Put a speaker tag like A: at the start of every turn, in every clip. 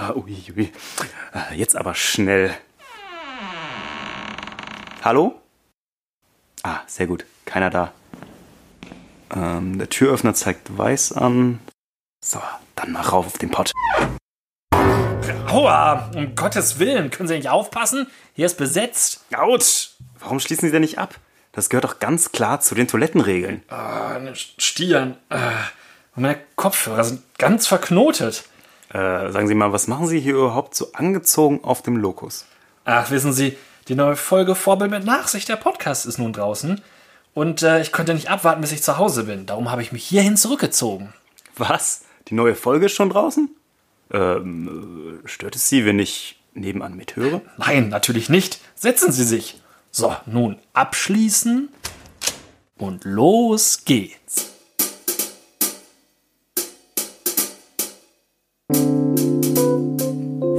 A: Ah, Ui, ui. Ah, Jetzt aber schnell. Hallo? Ah, sehr gut. Keiner da. Ähm, der Türöffner zeigt weiß an. So, dann mal rauf auf den Pott.
B: Aua, um Gottes Willen, können Sie nicht aufpassen? Hier ist besetzt.
A: Autsch! Warum schließen Sie denn nicht ab? Das gehört doch ganz klar zu den Toilettenregeln.
B: Meine Stirn äh, ne, und meine Kopfhörer sind ganz verknotet.
A: Äh, sagen Sie mal, was machen Sie hier überhaupt so angezogen auf dem Lokus?
B: Ach, wissen Sie, die neue Folge Vorbild mit Nachsicht, der Podcast ist nun draußen. Und äh, ich konnte nicht abwarten, bis ich zu Hause bin. Darum habe ich mich hierhin zurückgezogen.
A: Was? Die neue Folge ist schon draußen? Ähm, äh, stört es Sie, wenn ich nebenan mithöre?
B: Nein, natürlich nicht. Setzen Sie sich. So, nun abschließen. Und los geht's.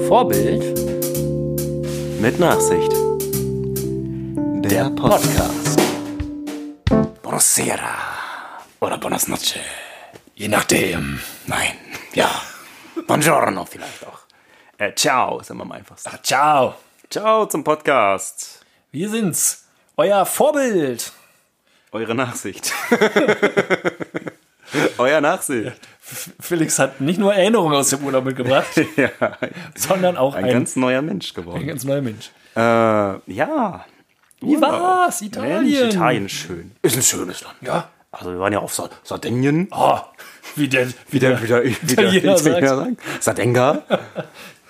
C: Vorbild
A: Mit Nachsicht. Der Podcast. Buonasera. Oder buenas noche.
B: Je nachdem.
A: Nein. Ja. Buongiorno vielleicht auch. Äh, ciao, ist immer am einfachsten.
B: Ciao.
A: Ciao zum Podcast.
B: Wir sind's. Euer Vorbild.
A: Eure Nachsicht. Euer Nachsicht.
B: Felix hat nicht nur Erinnerungen aus dem Urlaub mitgebracht,
A: Ja.
B: sondern auch
A: Ein
B: ein,
A: ganz neuer Mensch
B: ein
A: geworden.
B: ganz neuer Mensch.
A: Äh, ja.
B: Wie war's?
A: Mensch,
B: Italien.
A: Ne? Italien ist schön. Ist ein schönes Land.
B: Ja.
A: Also wir waren ja auf Sa- Sardinien.
B: Oh, wie der, wie der,
A: wieder, wieder
B: Italiener sagt.
A: sagen. Sardenga.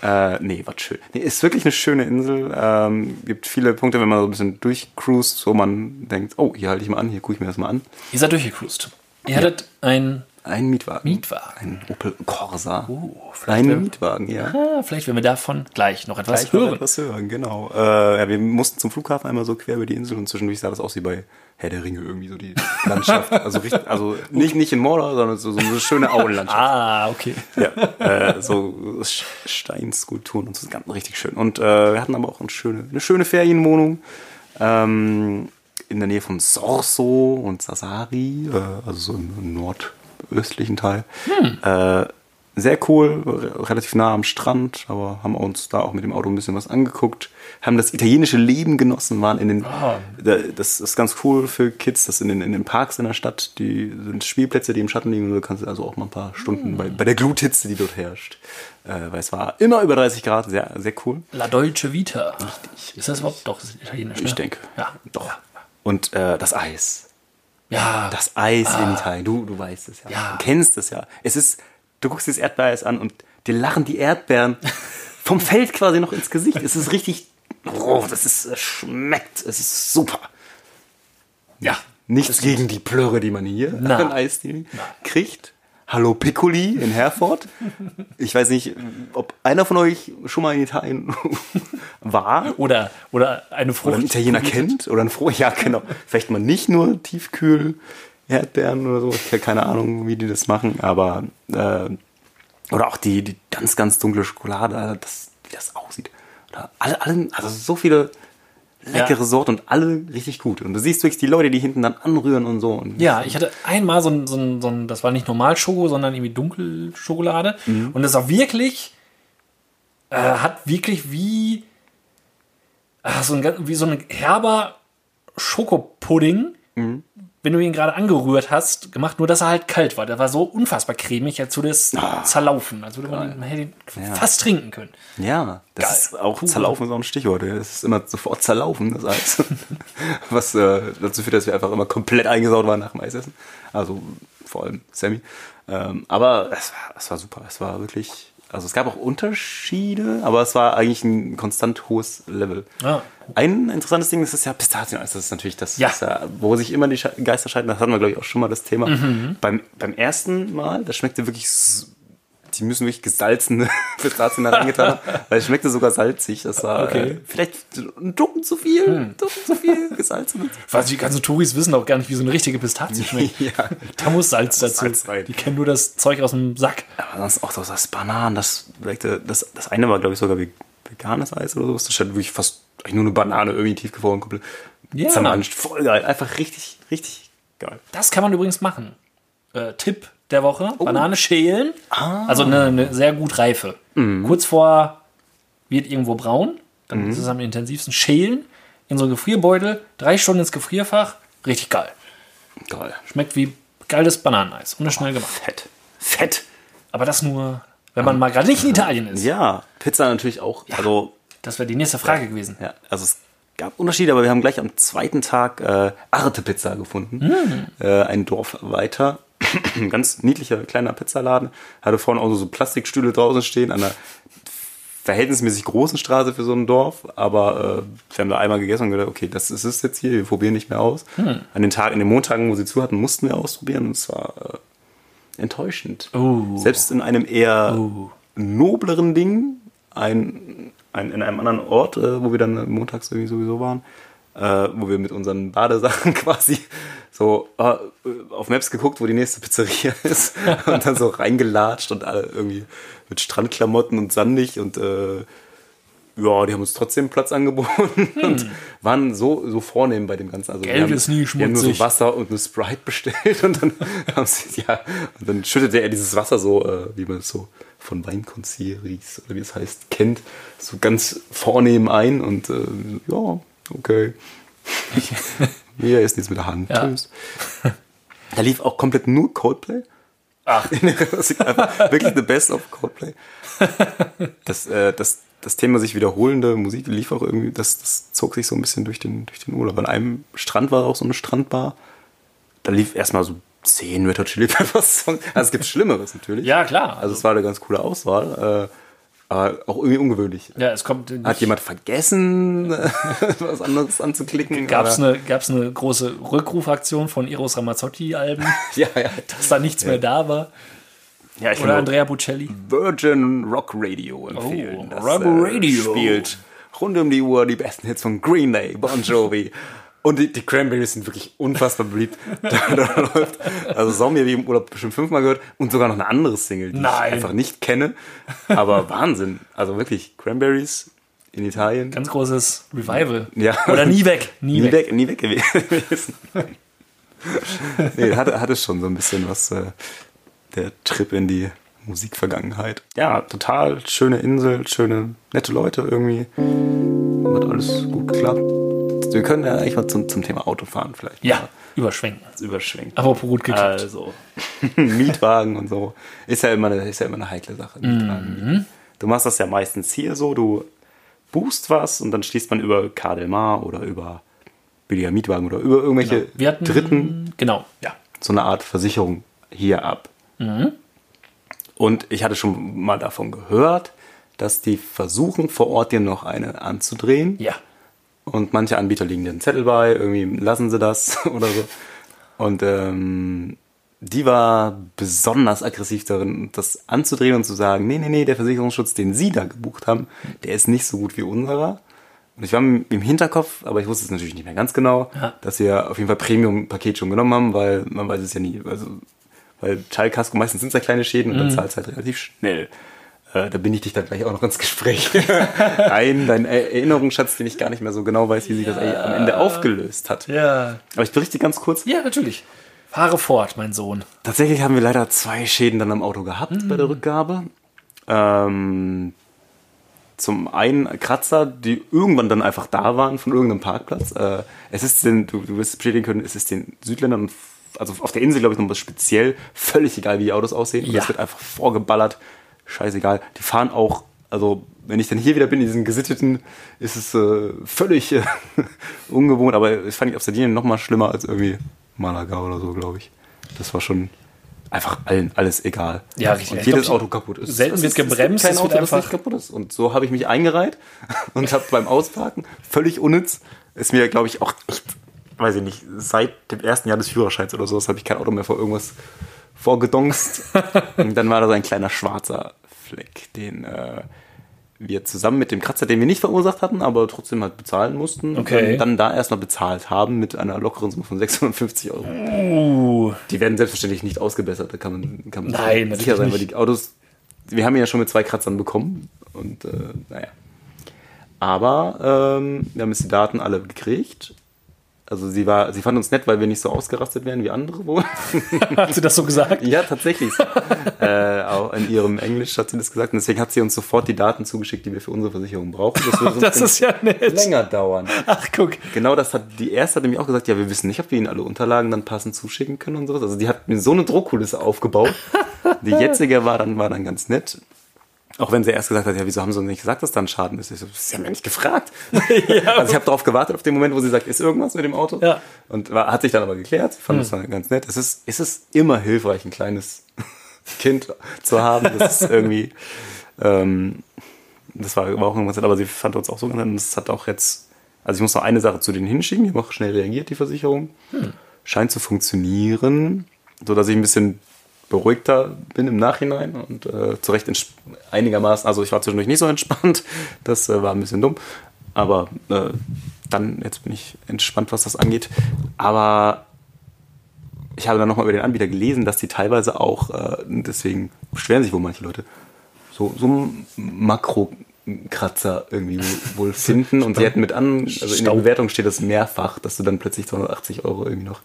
A: äh, nee, was schön. Nee, ist wirklich eine schöne Insel. Ähm, gibt viele Punkte, wenn man so ein bisschen durchcruist, wo man denkt, oh, hier halte ich mal an, hier gucke ich mir das mal an.
B: Ihr seid durchgecruised. Ihr hattet ein,
A: Ein Mietwagen.
B: Mietwagen.
A: Ein Opel Corsa.
B: Oh, vielleicht
A: ein
B: werden-
A: Mietwagen, ja.
B: ah, vielleicht werden wir davon gleich noch etwas
A: Gleich noch
B: hören.
A: etwas hören, genau. Äh, ja, wir mussten zum Flughafen einmal so quer über die Insel und zwischendurch sah das aus wie bei Herr der Ringe irgendwie so die Landschaft. Also, richtig, also nicht, nicht in Mordor, sondern so, so eine schöne Auenlandschaft.
B: Ah, okay.
A: ja, äh, so Sch- Steinskulpturen und so das Ganze richtig schön. Und äh, wir hatten aber auch eine schöne, eine schöne Ferienwohnung ähm, in der Nähe von Sorso und Sassari, äh, also so im nordöstlichen Teil.
B: Hm.
A: Äh, sehr cool, re- relativ nah am Strand, aber haben uns da auch mit dem Auto ein bisschen was angeguckt, haben das italienische Leben genossen, waren in den,
B: Ah.
A: da- das ist ganz cool für Kids, das in den, in den Parks in der Stadt, die sind Spielplätze, die im Schatten liegen, du kannst also auch mal ein paar Stunden
B: Ah.
A: bei, bei der Gluthitze, die dort herrscht, äh, weil es war immer über 30 Grad, sehr, sehr cool.
B: La Dolce Vita. Richtig. Ist das überhaupt doch italienisch?
A: Ich
B: ne?
A: denke.
B: Ja.
A: Doch. Und äh, das Eis.
B: Ja.
A: Das Eis in Italien. Du, du weißt es ja.
B: Ah. Ja.
A: Du kennst es ja. Es ist, du guckst das Erdbeereis an und dir lachen die Erdbeeren vom Feld quasi noch ins Gesicht. Es ist richtig, oh, das ist, es schmeckt, es ist super.
B: ja.
A: Nichts gegen die Plöre, die man hier
B: Na.
A: an Eisdielen kriegt. Hallo Piccoli in Herford. Ich weiß nicht, ob einer von euch schon mal in Italien war
B: Oder, oder eine
A: oder einen
B: Frucht.
A: Italiener kennt oder ein Froh. Ja, genau. Vielleicht mal nicht nur Tiefkühl Erdbeeren oder so. Ich habe keine Ahnung, wie die das machen, aber äh, oder auch die, die ganz, ganz dunkle Schokolade, also das, wie das aussieht. Oder alle, alle, also so viele leckere
B: Ja.
A: Sorten und alle richtig gut. Und du siehst wirklich die Leute, die hinten dann anrühren und so. Und
B: Ja, ich hatte einmal so ein, so ein, so ein das war nicht normal Schoko, sondern irgendwie Dunkelschokolade. Und das war wirklich, äh, hat wirklich wie, ah, so ein, ganz- wie so ein herber Schokopudding, wenn du ihn gerade angerührt hast, gemacht, nur dass er halt kalt war. Der war so unfassbar cremig, als würde es zerlaufen. Als würde man, ihn- man hätte ihn fast trinken können.
A: Ja, das
B: Geil.
A: ist auch
B: Cool.
A: zerlaufen ist auch ein Stichwort. Es ist immer sofort zerlaufen, das Eis. Was äh, dazu führt, dass wir einfach immer komplett eingesaut waren nach dem Eisessen. Also vor allem Sammy. Ähm, aber es war, es war super. Es war wirklich. Also es gab auch Unterschiede, aber es war eigentlich ein konstant hohes Level.
B: Ah.
A: Ein interessantes Ding ist es ja Pistazieneis. Das ist natürlich das,
B: Ja.
A: ist ja, wo sich immer die Sche- Geister scheiden. Das hatten wir, glaube ich, auch schon mal das Thema.
B: Mhm.
A: Beim, beim ersten Mal, das schmeckte wirklich s- die müssen wirklich gesalzene Pistazien da reingetan haben, weil es schmeckte sogar salzig. Das war
B: Okay.
A: äh, vielleicht ein Tucken zu viel, hm. Tucken zu viel gesalzen.
B: Weil die ganzen Touris wissen auch gar nicht, wie so eine richtige Pistazie schmeckt.
A: ja.
B: Da muss Salz dazu.
A: Salz rein.
B: die kennen nur das Zeug aus dem Sack.
A: Aber sonst auch so das Bananen, das schmeckte, das, das eine war, glaube ich, sogar ve- veganes Eis oder sowas. Da stand wirklich fast eigentlich nur eine Banane irgendwie tiefgefroren. Komplett.
B: Ja.
A: Zermanscht. Voll geil. Einfach richtig, richtig geil.
B: Das kann man übrigens
A: Oh. Ah.
B: machen. Äh, Tipp der Woche: Banane schälen. Also eine, eine sehr gut reife.
A: Mhm.
B: Kurz vor wird irgendwo braun, dann ist es am intensivsten schälen, in so einen Gefrierbeutel, drei Stunden ins Gefrierfach, richtig geil.
A: Geil.
B: Schmeckt wie geiles Bananeneis und ist schnell gemacht.
A: Fett. Fett.
B: Aber das nur, wenn man mal gerade nicht in Italien ist.
A: Ah. Ja, Pizza natürlich auch. Also,
B: Das wäre die nächste Frage gewesen.
A: ja, also es gab Unterschiede, aber wir haben gleich am zweiten Tag äh, Arte Pizza gefunden. Äh, ein Dorf weiter. Ein ganz niedlicher kleiner Pizzaladen. Hatte vorne auch so Plastikstühle draußen stehen an einer verhältnismäßig großen Straße für so ein Dorf, aber äh, wir haben da einmal gegessen und gedacht, okay, das ist es jetzt hier, wir probieren nicht mehr aus. An den Tagen, in den Montagen, wo sie zu hatten, mussten wir ausprobieren und es war äh, enttäuschend.
B: Oh.
A: Selbst in einem eher nobleren Ding, ein, ein, in einem anderen Ort, äh, wo wir dann montags irgendwie sowieso waren, äh, wo wir mit unseren Badesachen quasi so äh, auf Maps geguckt, wo die nächste Pizzeria ist und dann so reingelatscht und alle irgendwie mit Strandklamotten und sandig und äh, ja, die haben uns trotzdem Platz angeboten und waren so, so vornehm bei dem Ganzen. Also wir
B: Hm. Geld
A: haben,
B: ist nie
A: Wir haben nur so
B: schmutzig.
A: Wasser und eine Sprite bestellt und dann haben sie, ja, und dann schüttete er dieses Wasser so, äh, wie man es so von Weinkonzieries oder wie es heißt, kennt, so ganz vornehm ein und äh, ja, okay. Wir essen jetzt mit der Hand.
B: Ja.
A: Tschüss. Da lief auch komplett nur Coldplay.
B: Ach.
A: das ist einfach wirklich the best of Coldplay. Das, äh, das, das Thema sich wiederholende Musik lief auch irgendwie, das, das zog sich so ein bisschen durch den, durch den Urlaub. An einem Strand war auch so eine Strandbar. Da lief erstmal so zehn Red Hot Chili Peppers Songs. Also es gibt Schlimmeres natürlich.
B: Ja, klar.
A: Also es war eine ganz coole Auswahl. Äh, aber auch irgendwie ungewöhnlich.
B: Ja, es kommt.
A: Hat jemand vergessen, was anderes anzuklicken?
B: Gab es
A: oder-
B: eine, gab's eine große Rückrufaktion von Eros Ramazzotti-Alben,
A: Ja, ja.
B: dass da nichts mehr da war?
A: ja ich finde-
B: Oder Andrea Bocelli?
A: Virgin Rock Radio empfehlen. äh,
B: Oh, Rock Radio.
A: spielt rund um die Uhr die besten Hits von Green Day, Bon Jovi. Und die, die Cranberries sind wirklich unfassbar beliebt. da, da läuft. Also Zombie habe ich im Urlaub bestimmt fünfmal gehört und sogar noch eine andere Single, die
B: Nein.
A: ich einfach nicht kenne. Aber Wahnsinn. Also wirklich, Cranberries in Italien.
B: Ganz großes Revival.
A: Ja.
B: Oder nie weg. Nie,
A: nie,
B: weg.
A: weg. nie weg gewesen. nee, hatte, hatte schon so ein bisschen was, äh, der Trip in die Musikvergangenheit. Ja, total schöne Insel, schöne, nette Leute irgendwie. Hat alles gut geklappt. Wir können ja eigentlich mal zum, zum Thema Autofahren vielleicht
B: Ja, überschwenken.
A: mal überschwenken.
B: Apropos gut geklappt.
A: Also, Mietwagen und so. Ist ja immer eine, ist ja immer eine heikle Sache.
B: Mhm.
A: Mietwagen. Du machst das ja meistens hier so, du buchst was und dann schließt man über Kadelmar oder über billiger Mietwagen oder über irgendwelche
B: Wir hatten,
A: Dritten
B: Genau, ja.
A: so eine Art Versicherung hier ab.
B: Mhm.
A: Und ich hatte schon mal davon gehört, dass die versuchen, vor Ort dir noch eine anzudrehen.
B: Ja.
A: Und manche Anbieter legen dir einen Zettel bei, irgendwie lassen sie das oder so. Und ähm, die war besonders aggressiv darin, das anzudrehen und zu sagen, nee, nee, nee, der Versicherungsschutz, den sie da gebucht haben, der ist nicht so gut wie unserer. Und ich war im im Hinterkopf, aber ich wusste es natürlich nicht mehr ganz genau,
B: Ja.
A: dass wir auf jeden Fall Premium-Paket schon genommen haben, weil man weiß es ja nie. Also, weil Teilkasko meistens sind es ja kleine Schäden und
B: Mhm.
A: dann zahlst du halt relativ schnell. Äh, da bin ich dich dann gleich auch noch ins Gespräch ein, dein Er- Erinnerungsschatz, den ich gar nicht mehr so genau weiß, wie sich das eigentlich am Ende aufgelöst hat.
B: Ja.
A: Aber ich berichte ganz kurz.
B: Ja, natürlich. Fahre fort, mein Sohn.
A: Tatsächlich haben wir leider zwei Schäden dann am Auto gehabt bei
B: Mhm.
A: der Rückgabe. Ähm, zum einen Kratzer, die irgendwann dann einfach da waren von irgendeinem Parkplatz. Äh, es ist den, du, du wirst es bestätigen können, es ist den Südländern, und f- also auf der Insel glaube ich nochmal speziell, völlig egal, wie die Autos aussehen. Und
B: Ja.
A: das wird einfach vorgeballert. Scheißegal. Die fahren auch, also wenn ich dann hier wieder bin, in diesen gesitteten, ist es äh, völlig äh, ungewohnt. Aber das fand ich auf Sardinien nochmal schlimmer als irgendwie Malaga oder so, glaube ich. Das war schon einfach allen alles egal.
B: Ja, richtig.
A: Und
B: Ich
A: jedes
B: glaub,
A: Auto kaputt ist.
B: selten
A: Es
B: wird
A: ist- es gibt
B: gebremst,
A: kein
B: es
A: Auto,
B: wird
A: das nicht
B: einfach-
A: kaputt ist. Und so habe ich mich eingereiht und habe beim Ausparken völlig unnütz, ist mir, glaube ich, auch echt, weiß ich nicht, seit dem ersten Jahr des Führerscheins oder sowas habe ich kein Auto mehr vor irgendwas vorgedongst. und dann war da so ein kleiner schwarzer Fleck, den äh, wir zusammen mit dem Kratzer, den wir nicht verursacht hatten, aber trotzdem halt bezahlen mussten.
B: Okay.
A: Und dann, dann da erstmal bezahlt haben mit einer lockeren Summe von 650 Euro.
B: Uh,
A: Die werden selbstverständlich nicht ausgebessert, da kann man, kann man
B: Nein,
A: sich
B: natürlich
A: sicher sein, weil
B: nicht.
A: die Autos, wir haben ihn ja schon mit zwei Kratzern bekommen und äh, naja. Aber ähm, wir haben jetzt die Daten alle gekriegt. Also sie war, sie fand uns nett, weil wir nicht so ausgerastet wären wie andere wohl.
B: Hat sie das so gesagt?
A: ja, tatsächlich. äh, auch in ihrem Englisch hat sie das gesagt. Und deswegen hat sie uns sofort die Daten zugeschickt, die wir für unsere Versicherung brauchen. Das wird uns
B: Das ist ja nett.
A: länger dauern.
B: Ach, guck.
A: Genau das hat die erste hat nämlich auch gesagt, ja, wir wissen nicht, ob wir ihnen alle Unterlagen dann passend zuschicken können und sowas. Also die hat mir so eine Drohkulisse aufgebaut. Die jetzige war dann, war dann ganz nett. Auch wenn sie erst gesagt hat, ja, wieso haben sie uns nicht gesagt, dass da ein Schaden ist? Ich so, sie haben ja nicht gefragt. Also ich habe darauf gewartet, auf den Moment, wo sie sagt, ist irgendwas mit dem Auto?
B: Ja.
A: Und war, hat sich dann aber geklärt. Ich Fand es dann ganz nett. Es ist, es ist immer hilfreich, ein kleines Kind zu haben. Das ist irgendwie, ähm, das war, war auch irgendwas, nett, aber sie fand uns auch so ganz nett. Und es hat auch jetzt, also ich muss noch eine Sache zu denen hinschicken, die haben auch schnell reagiert, die Versicherung. Scheint zu funktionieren, sodass ich ein bisschen beruhigter bin im Nachhinein und äh, zu Recht entsp- einigermaßen, also ich war zwischendurch nicht so entspannt, das äh, war ein bisschen dumm, aber äh, dann, jetzt bin ich entspannt, was das angeht, aber ich habe dann nochmal über den Anbieter gelesen, dass die teilweise auch, äh, deswegen beschweren sich wohl manche Leute, so, so Makrokratzer irgendwie wohl- wohl finden und sie hätten mit an, also in der
B: Staub.
A: Bewertung steht das mehrfach, dass du dann plötzlich 280 Euro irgendwie noch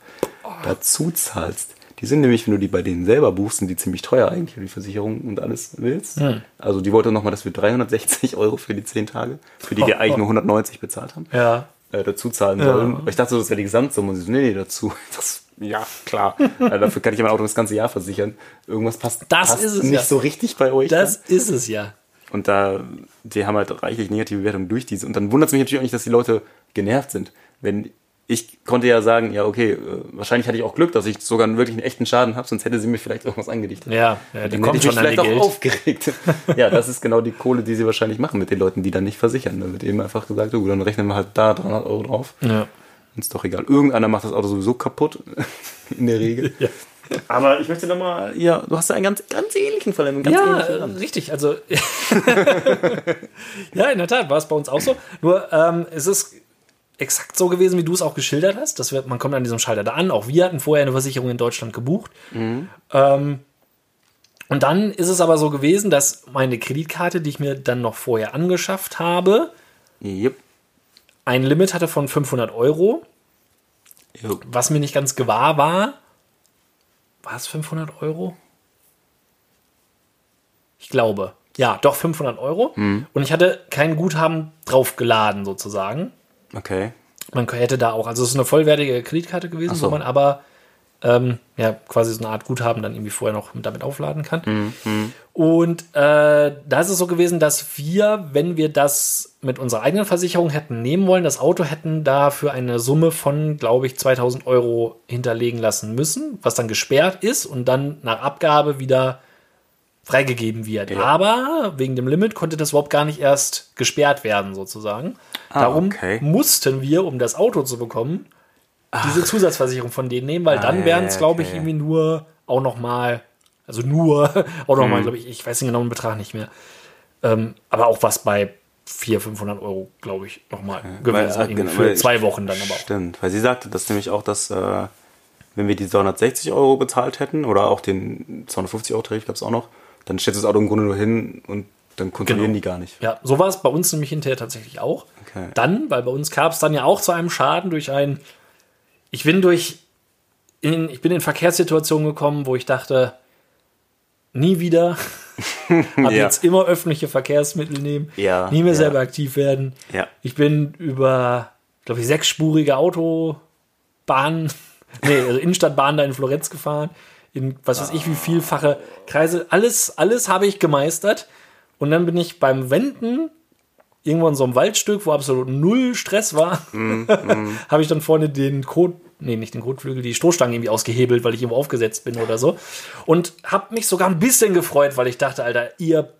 A: dazu zahlst. Die sind nämlich, wenn du die bei denen selber buchst, sind die ziemlich teuer eigentlich, wenn du die Versicherung und alles willst.
B: Hm.
A: Also die wollte nochmal, dass wir 360 Euro für die 10 Tage, für die wir eigentlich nur 190 bezahlt haben
B: Ja.
A: äh, dazu zahlen sollen. Aber ich dachte, so, das wäre die Gesamtsumme. Und sie so, nee, nee, dazu. Das, ja, klar. äh, dafür kann ich mein Auto das ganze Jahr versichern. Irgendwas passt,
B: Das
A: passt
B: ist es
A: nicht
B: ja.
A: so richtig bei euch.
B: Das
A: ne?
B: ist es ja.
A: Und da, die haben halt reichlich negative Bewertungen durch diese. Und dann wundert es mich natürlich auch nicht, dass die Leute genervt sind. Wenn ich konnte ja sagen, ja, okay, äh, wahrscheinlich hatte ich auch Glück, dass ich sogar einen wirklich einen echten Schaden habe, sonst hätte sie mir vielleicht irgendwas angedichtet.
B: Ja, ja
A: Dann
B: die
A: hätte
B: kommen
A: ich mich
B: schon an ihr
A: vielleicht auch
B: Geld.
A: aufgeregt. ja, das ist genau die Kohle, die sie wahrscheinlich machen mit den Leuten, die dann nicht versichern. Da wird eben einfach gesagt, oh, gut, dann rechnen wir halt da 300 Euro drauf.
B: Ja.
A: Ist doch egal. Irgendeiner macht das Auto sowieso kaputt, in der Regel. Aber ich möchte nochmal, ja, du hast ja einen ganz, ganz ähnlichen Fall. Einen ganz
B: Ja,
A: ähnlichen
B: äh,
A: Fall.
B: richtig. Also ja, in der Tat war es bei uns auch so. Nur ähm, es ist exakt so gewesen, wie du es auch geschildert hast. Dass wir, man kommt an diesem Schalter da an. Auch wir hatten vorher eine Versicherung in Deutschland gebucht. Ähm, und dann ist es aber so gewesen, dass meine Kreditkarte, die ich mir dann noch vorher angeschafft habe,
A: Yep.
B: ein Limit hatte von 500 Euro.
A: Jo.
B: was mir nicht ganz gewahr war, war es 500 Euro? Ich glaube. Ja, doch 500 Euro. Und ich hatte kein Guthaben draufgeladen sozusagen.
A: Okay.
B: Man hätte da auch, also es ist eine vollwertige Kreditkarte gewesen,
A: so.
B: wo man aber ähm, ja, quasi so eine Art Guthaben dann irgendwie vorher noch damit aufladen kann. Und äh, da ist es so gewesen, dass wir, wenn wir das mit unserer eigenen Versicherung hätten nehmen wollen, das Auto hätten dafür eine Summe von, glaube ich, 2000 Euro hinterlegen lassen müssen, was dann gesperrt ist und dann nach Abgabe wieder freigegeben wird. Aber wegen dem Limit konnte das überhaupt gar nicht erst gesperrt werden, sozusagen. Darum
A: okay.
B: mussten wir, um das Auto zu bekommen, diese Zusatzversicherung von denen nehmen, weil
A: Ah, ja,
B: dann wären es,
A: ja,
B: glaube
A: okay,
B: ich,
A: ja.
B: irgendwie nur auch nochmal, also nur auch
A: Hm.
B: nochmal, glaube ich, ich weiß den genauen Betrag nicht mehr. Ähm, aber auch was bei 400, 500 Euro, glaube ich, nochmal
A: Weil,
B: gewesen.
A: ah,
B: irgendwie
A: genau,
B: für
A: weil-
B: zwei Wochen dann aber auch.
A: Stimmt, weil sie sagte das nämlich auch, dass äh, wenn wir die 260 Euro bezahlt hätten oder auch den 250 Euro Tarif gab es auch noch, dann stellst du das Auto im Grunde nur hin und dann kontrollieren
B: Genau.
A: die gar nicht.
B: Ja, so war es bei uns nämlich hinterher tatsächlich auch.
A: Okay.
B: Dann, weil bei uns gab es dann ja auch zu einem Schaden durch ein, ich bin durch, in, ich bin in Verkehrssituationen gekommen, wo ich dachte, nie wieder, ab
A: Ja.
B: jetzt immer öffentliche Verkehrsmittel nehmen,
A: Ja,
B: nie mehr
A: ja.
B: selber aktiv werden.
A: Ja.
B: Ich bin über, glaube ich, sechsspurige Autobahnen, nee, also Innenstadtbahnen da in Florenz gefahren, in was weiß ich wie vielfache Kreise. Alles, alles habe ich gemeistert. Und dann bin ich beim Wenden irgendwo in so einem Waldstück, wo absolut null Stress war,
A: Mhm,
B: habe ich dann vorne den Kot, nee, nicht den Kotflügel, die Stoßstange irgendwie ausgehebelt, weil ich irgendwo aufgesetzt bin oder so. Und habe mich sogar ein bisschen gefreut, weil ich dachte, Alter, ihr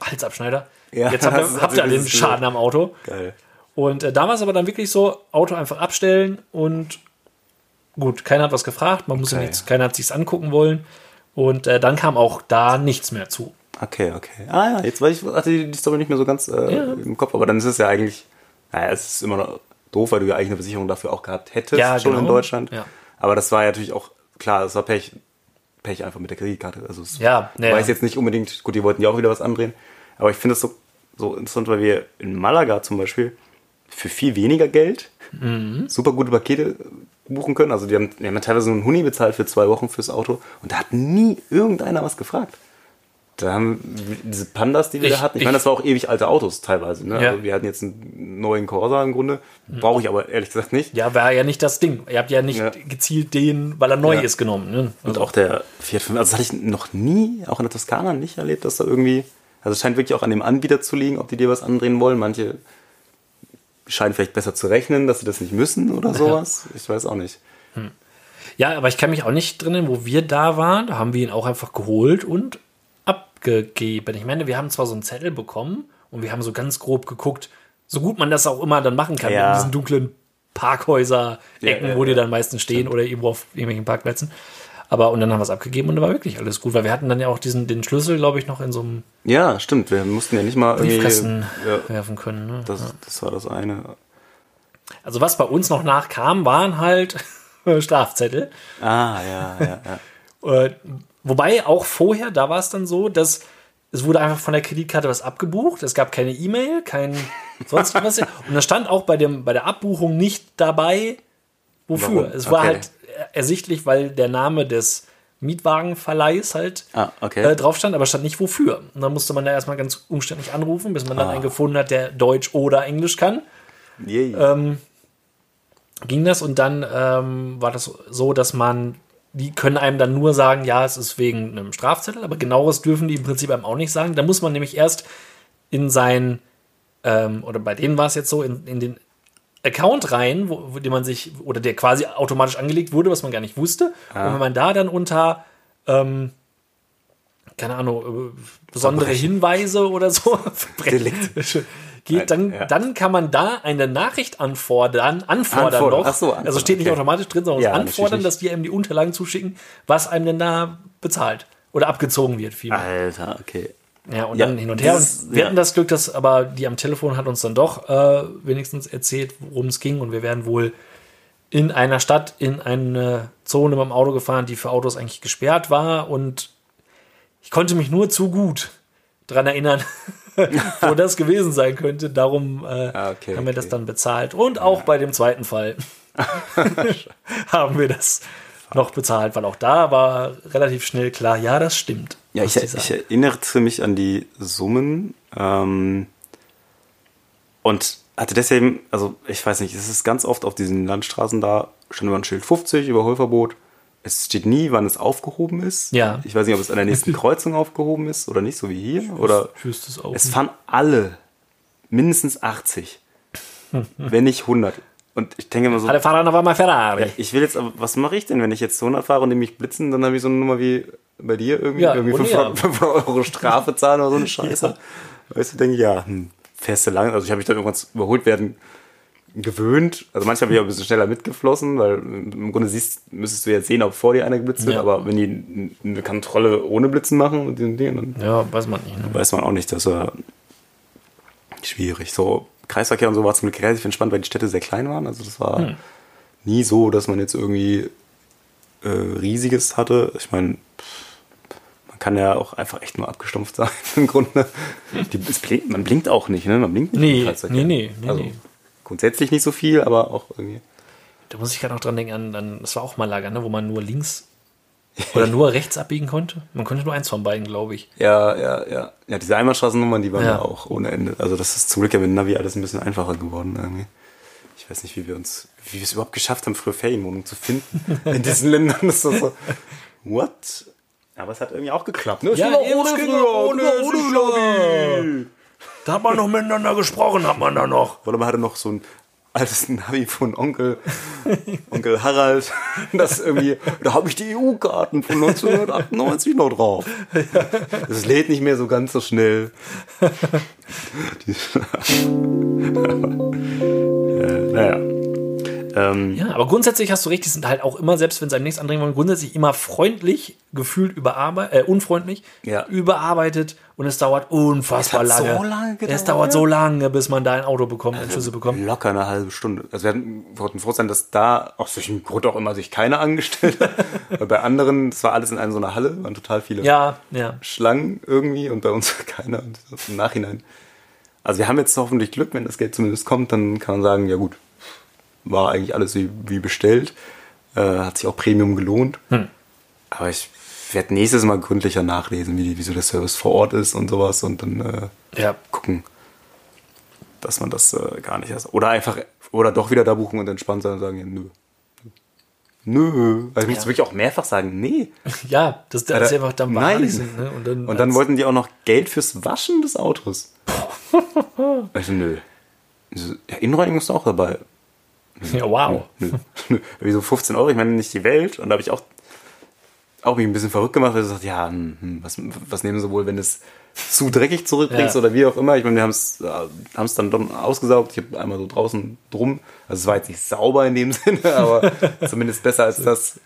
B: Halsabschneider,
A: Ja,
B: jetzt habt
A: das
B: ihr,
A: ist
B: habt ihr
A: also
B: den
A: dieses-
B: Schaden am Auto.
A: Geil.
B: Und äh, damals aber dann wirklich so, Auto einfach abstellen und gut, keiner hat was gefragt, man muss ja
A: Okay.
B: nichts, keiner hat sich's angucken wollen. Und äh, dann kam auch da nichts mehr zu.
A: Okay, okay. Ah ja, jetzt weiß ich, hatte die die Story nicht mehr so ganz äh,
B: Ja.
A: im Kopf, aber dann ist es ja eigentlich, naja, es ist immer noch doof, weil du ja eigentlich eine Versicherung dafür auch gehabt hättest,
B: Ja,
A: schon in
B: genau.
A: Deutschland.
B: Ja.
A: Aber das war ja natürlich auch, klar, es war Pech, Pech einfach mit der Kreditkarte. Also es
B: Ja,
A: ich
B: naja.
A: weiß jetzt nicht unbedingt, gut, die wollten ja auch wieder was andrehen, aber ich finde es so, so interessant, weil wir in Malaga zum Beispiel, für viel weniger Geld super gute Pakete buchen können. Also die haben, die haben ja teilweise nur einen Huni bezahlt für zwei Wochen fürs Auto und da hat nie irgendeiner was gefragt. Da haben wir diese Pandas, die wir
B: Ich-
A: da hatten, ich,
B: ich-
A: meine, das war auch ewig alte Autos teilweise. Ne?
B: Ja.
A: Also wir hatten jetzt einen neuen Corsa im Grunde, brauche ich aber ehrlich gesagt nicht.
B: Ja, war ja nicht das Ding. Ihr habt ja nicht
A: Ja.
B: gezielt den, weil er neu
A: Ja.
B: ist, genommen. Ne?
A: Und auch der Fiat 5, also das hatte ich noch nie, auch in der Toskana nicht erlebt, dass da irgendwie, also es scheint wirklich auch an dem Anbieter zu liegen, ob die dir was andrehen wollen. Manche scheinen vielleicht besser zu rechnen, dass sie das nicht müssen oder sowas. Ich weiß auch nicht.
B: Ja, aber ich kann mich auch nicht drinnen, wo wir da waren, da haben wir ihn auch einfach geholt und abgegeben. Ich meine, wir haben zwar so einen Zettel bekommen und wir haben so ganz grob geguckt, so gut man das auch immer dann machen kann,
A: Ja.
B: in diesen dunklen Parkhäuser-Ecken,
A: Ja, ja,
B: wo die
A: ja.
B: dann meistens stehen oder irgendwo auf irgendwelchen Parkplätzen. Aber und dann haben wir es abgegeben und da war wirklich alles gut, weil wir hatten dann ja auch diesen, den Schlüssel, glaube ich, noch in so einem
A: Ja, stimmt, wir mussten ja nicht mal irgendwie.
B: Briefkasten
A: Ja,
B: werfen können. Ne?
A: das, das war das eine.
B: Also was bei uns noch nachkam, waren halt Strafzettel.
A: Ah, ja, ja, ja.
B: Äh, wobei auch vorher, da war es dann so, dass es wurde einfach von der Kreditkarte was abgebucht. Es gab keine E-Mail, kein sonst was. Und da stand auch bei, dem, bei der Abbuchung nicht dabei, wofür.
A: Warum?
B: Es war
A: Okay.
B: halt ersichtlich, weil der Name des Mietwagenverleihs halt
A: Ah, okay.
B: äh, drauf stand, aber stand nicht wofür. Und dann musste man da erstmal ganz umständlich anrufen, bis man
A: Ah.
B: dann einen gefunden hat, der Deutsch oder Englisch kann.
A: Yay.
B: ging das und dann ähm, war das so, dass man, die können einem dann nur sagen, ja, es ist wegen einem Strafzettel, aber genaueres dürfen die im Prinzip einem auch nicht sagen. Da muss man nämlich erst in sein, ähm, oder bei denen war es jetzt so, in, in den Account rein, wo, wo den man sich, oder der quasi automatisch angelegt wurde, was man gar nicht wusste. Und wenn man da dann unter, ähm, keine Ahnung, äh, besondere Hinweise oder so Verbrechen geht, dann,
A: Ja.
B: dann kann man da eine Nachricht anfordern, anfordern,
A: Anfordern.
B: noch.
A: Ach so,
B: also steht nicht
A: okay.
B: automatisch drin, sondern
A: Ja,
B: muss
A: natürlich
B: anfordern,
A: nicht.
B: dass die einem die Unterlagen zuschicken, was einem denn da bezahlt oder abgezogen wird vielmehr.
A: Alter, okay.
B: Ja, und
A: Ja,
B: dann hin und her.
A: das-
B: Und wir
A: ja.
B: hatten das Glück, dass aber die am Telefon hat uns dann doch äh, wenigstens erzählt, worum es ging. Und wir werden wohl in einer Stadt in eine Zone mit dem Auto gefahren, die für Autos eigentlich gesperrt war. Und ich konnte mich nur zu gut dran erinnern, wo das gewesen sein könnte. Darum äh,
A: Ah, okay,
B: haben wir das
A: okay.
B: dann bezahlt. Und auch bei dem zweiten Fall haben wir das noch bezahlt, weil auch da war relativ schnell klar, ja, das stimmt.
A: Ja,
B: was
A: ich,
B: die sagen.
A: ich erinnerte mich an die Summen ähm, und hatte deswegen, also ich weiß nicht, es ist ganz oft auf diesen Landstraßen da, stand immer ein Schild 50, Überholverbot. Es steht nie, wann es aufgehoben ist.
B: Ja.
A: Ich weiß nicht, ob es an der nächsten Kreuzung aufgehoben ist oder nicht, so wie hier. Oder
B: Ich wüsste es auch
A: es fahren alle mindestens 80, wenn nicht 100. Und ich denke immer so,
B: Alle Fahrer noch einmal Ferrari.
A: ich will jetzt, aber was mache ich denn, wenn ich jetzt 100 fahre und die mich blitzen, dann habe ich so eine Nummer wie bei dir irgendwie,
B: Ja,
A: irgendwie
B: und
A: 5
B: ja.
A: Euro Strafe zahlen oder so eine Scheiße. Weißt du, denke ich, ja, hm, fährst du lang. Also ich habe mich dann irgendwann zu überholt werden gewöhnt. Also manchmal bin ich auch ein bisschen schneller mitgeflossen, weil im Grunde siehst, müsstest du jetzt sehen, ob vor dir einer geblitzt wird,
B: Ja.
A: aber wenn die eine Kontrolle ohne Blitzen machen und diesen Dingen, dann
B: Ja, weiß man nicht. Ne?
A: weiß man auch nicht, dass er schwierig. So Kreisverkehr und so war zum Glück relativ entspannt, weil die Städte sehr klein waren. Also das war
B: Hm.
A: nie so, dass man jetzt irgendwie äh, riesiges hatte. Ich meine, man kann ja auch einfach echt nur abgestumpft sein im Grunde. Die, es blinkt, man blinkt auch nicht, ne? Man blinkt nicht
B: Nee,
A: im Kreisverkehr.
B: nee, nee, nee,
A: also,
B: nee.
A: Grundsätzlich nicht so viel, aber auch irgendwie.
B: Da muss ich gerade noch dran denken, an, an, das war auch mal Lager, ne, wo man nur links oder nur rechts abbiegen konnte. Man konnte nur eins von beiden, glaube ich.
A: Ja, ja, ja. Ja, diese Einbahnstraßennummern, die waren
B: Ja.
A: ja. auch ohne Ende. Also das ist zum Glück ja mit Navi alles ein bisschen einfacher geworden irgendwie. Ich weiß nicht, wie wir uns, wie wir es überhaupt geschafft haben, früher Ferienwohnungen zu finden in diesen Ländern. Das ist so, what? Aber es hat irgendwie auch geklappt. Ne? Es
B: Ja,
A: ging auch
B: eben, es
A: es ging
B: ging
A: auch
B: ohne,
A: es
B: ohne
A: ist Navi.
B: Da hat man noch miteinander gesprochen, hat man da noch.
A: Oder man hatte noch so ein altes Navi von Onkel, Onkel Harald. Das irgendwie, da habe ich die EU-Karten von 1998 noch drauf. Das lädt nicht mehr so ganz so schnell. Die, äh, naja. Ähm,
B: Ja, aber grundsätzlich hast du recht, die sind halt auch immer, selbst wenn sie einem nichts andrehen wollen, grundsätzlich immer freundlich, gefühlt überarbeitet, äh, unfreundlich,
A: Ja.
B: überarbeitet und es dauert unfassbar
A: Es hat so
B: lange. Also,
A: lange
B: es
A: gedauert.
B: dauert so lange, bis man da ein Auto bekommt, einen Schlüssel bekommt.
A: Locker eine halbe Stunde. Also wir hatten, wir wollten froh sein, dass da aus welchem Grund auch immer sich keiner angestellt hat. Weil bei anderen, das war alles in einer so einer Halle, waren total viele
B: Ja, ja.
A: Schlangen irgendwie und bei uns keiner. Und Im Nachhinein. Also wir haben jetzt hoffentlich Glück, wenn das Geld zumindest kommt, dann kann man sagen, ja gut, war eigentlich alles wie, wie bestellt, äh, hat sich auch Premium gelohnt.
B: Hm.
A: Aber ich werde nächstes Mal gründlicher nachlesen, wie, die- wie so der Service vor Ort ist und sowas und dann äh,
B: Ja.
A: gucken, dass man das äh, gar nicht erst. Oder einfach, oder doch wieder da buchen und entspannt sein und sagen, ja, nö. Nö. Also ich muss
B: Ja.
A: wirklich auch mehrfach sagen, nee.
B: Ja, dass das
A: Alter,
B: einfach dann
A: nein.
B: beharrlich sind. Ne? Und dann,
A: Und dann
B: als-
A: wollten die auch noch Geld fürs Waschen des Autos. also nö. Also, ja, Innenreinigung ist auch dabei.
B: ja, wow.
A: Nö. Nö. Wie so 15 Euro, ich meine nicht die Welt. Und da habe ich auch, auch mich ein bisschen verrückt gemacht, weil ich gesagt ja, hm, hm, was, was nehmen sie wohl, wenn du es zu dreckig zurückbringst
B: Ja.
A: oder wie auch immer. Ich meine, wir haben es haben's dann doch ausgesaugt. Ich habe einmal so draußen drum. Also es war jetzt nicht sauber in dem Sinne, aber zumindest besser als das,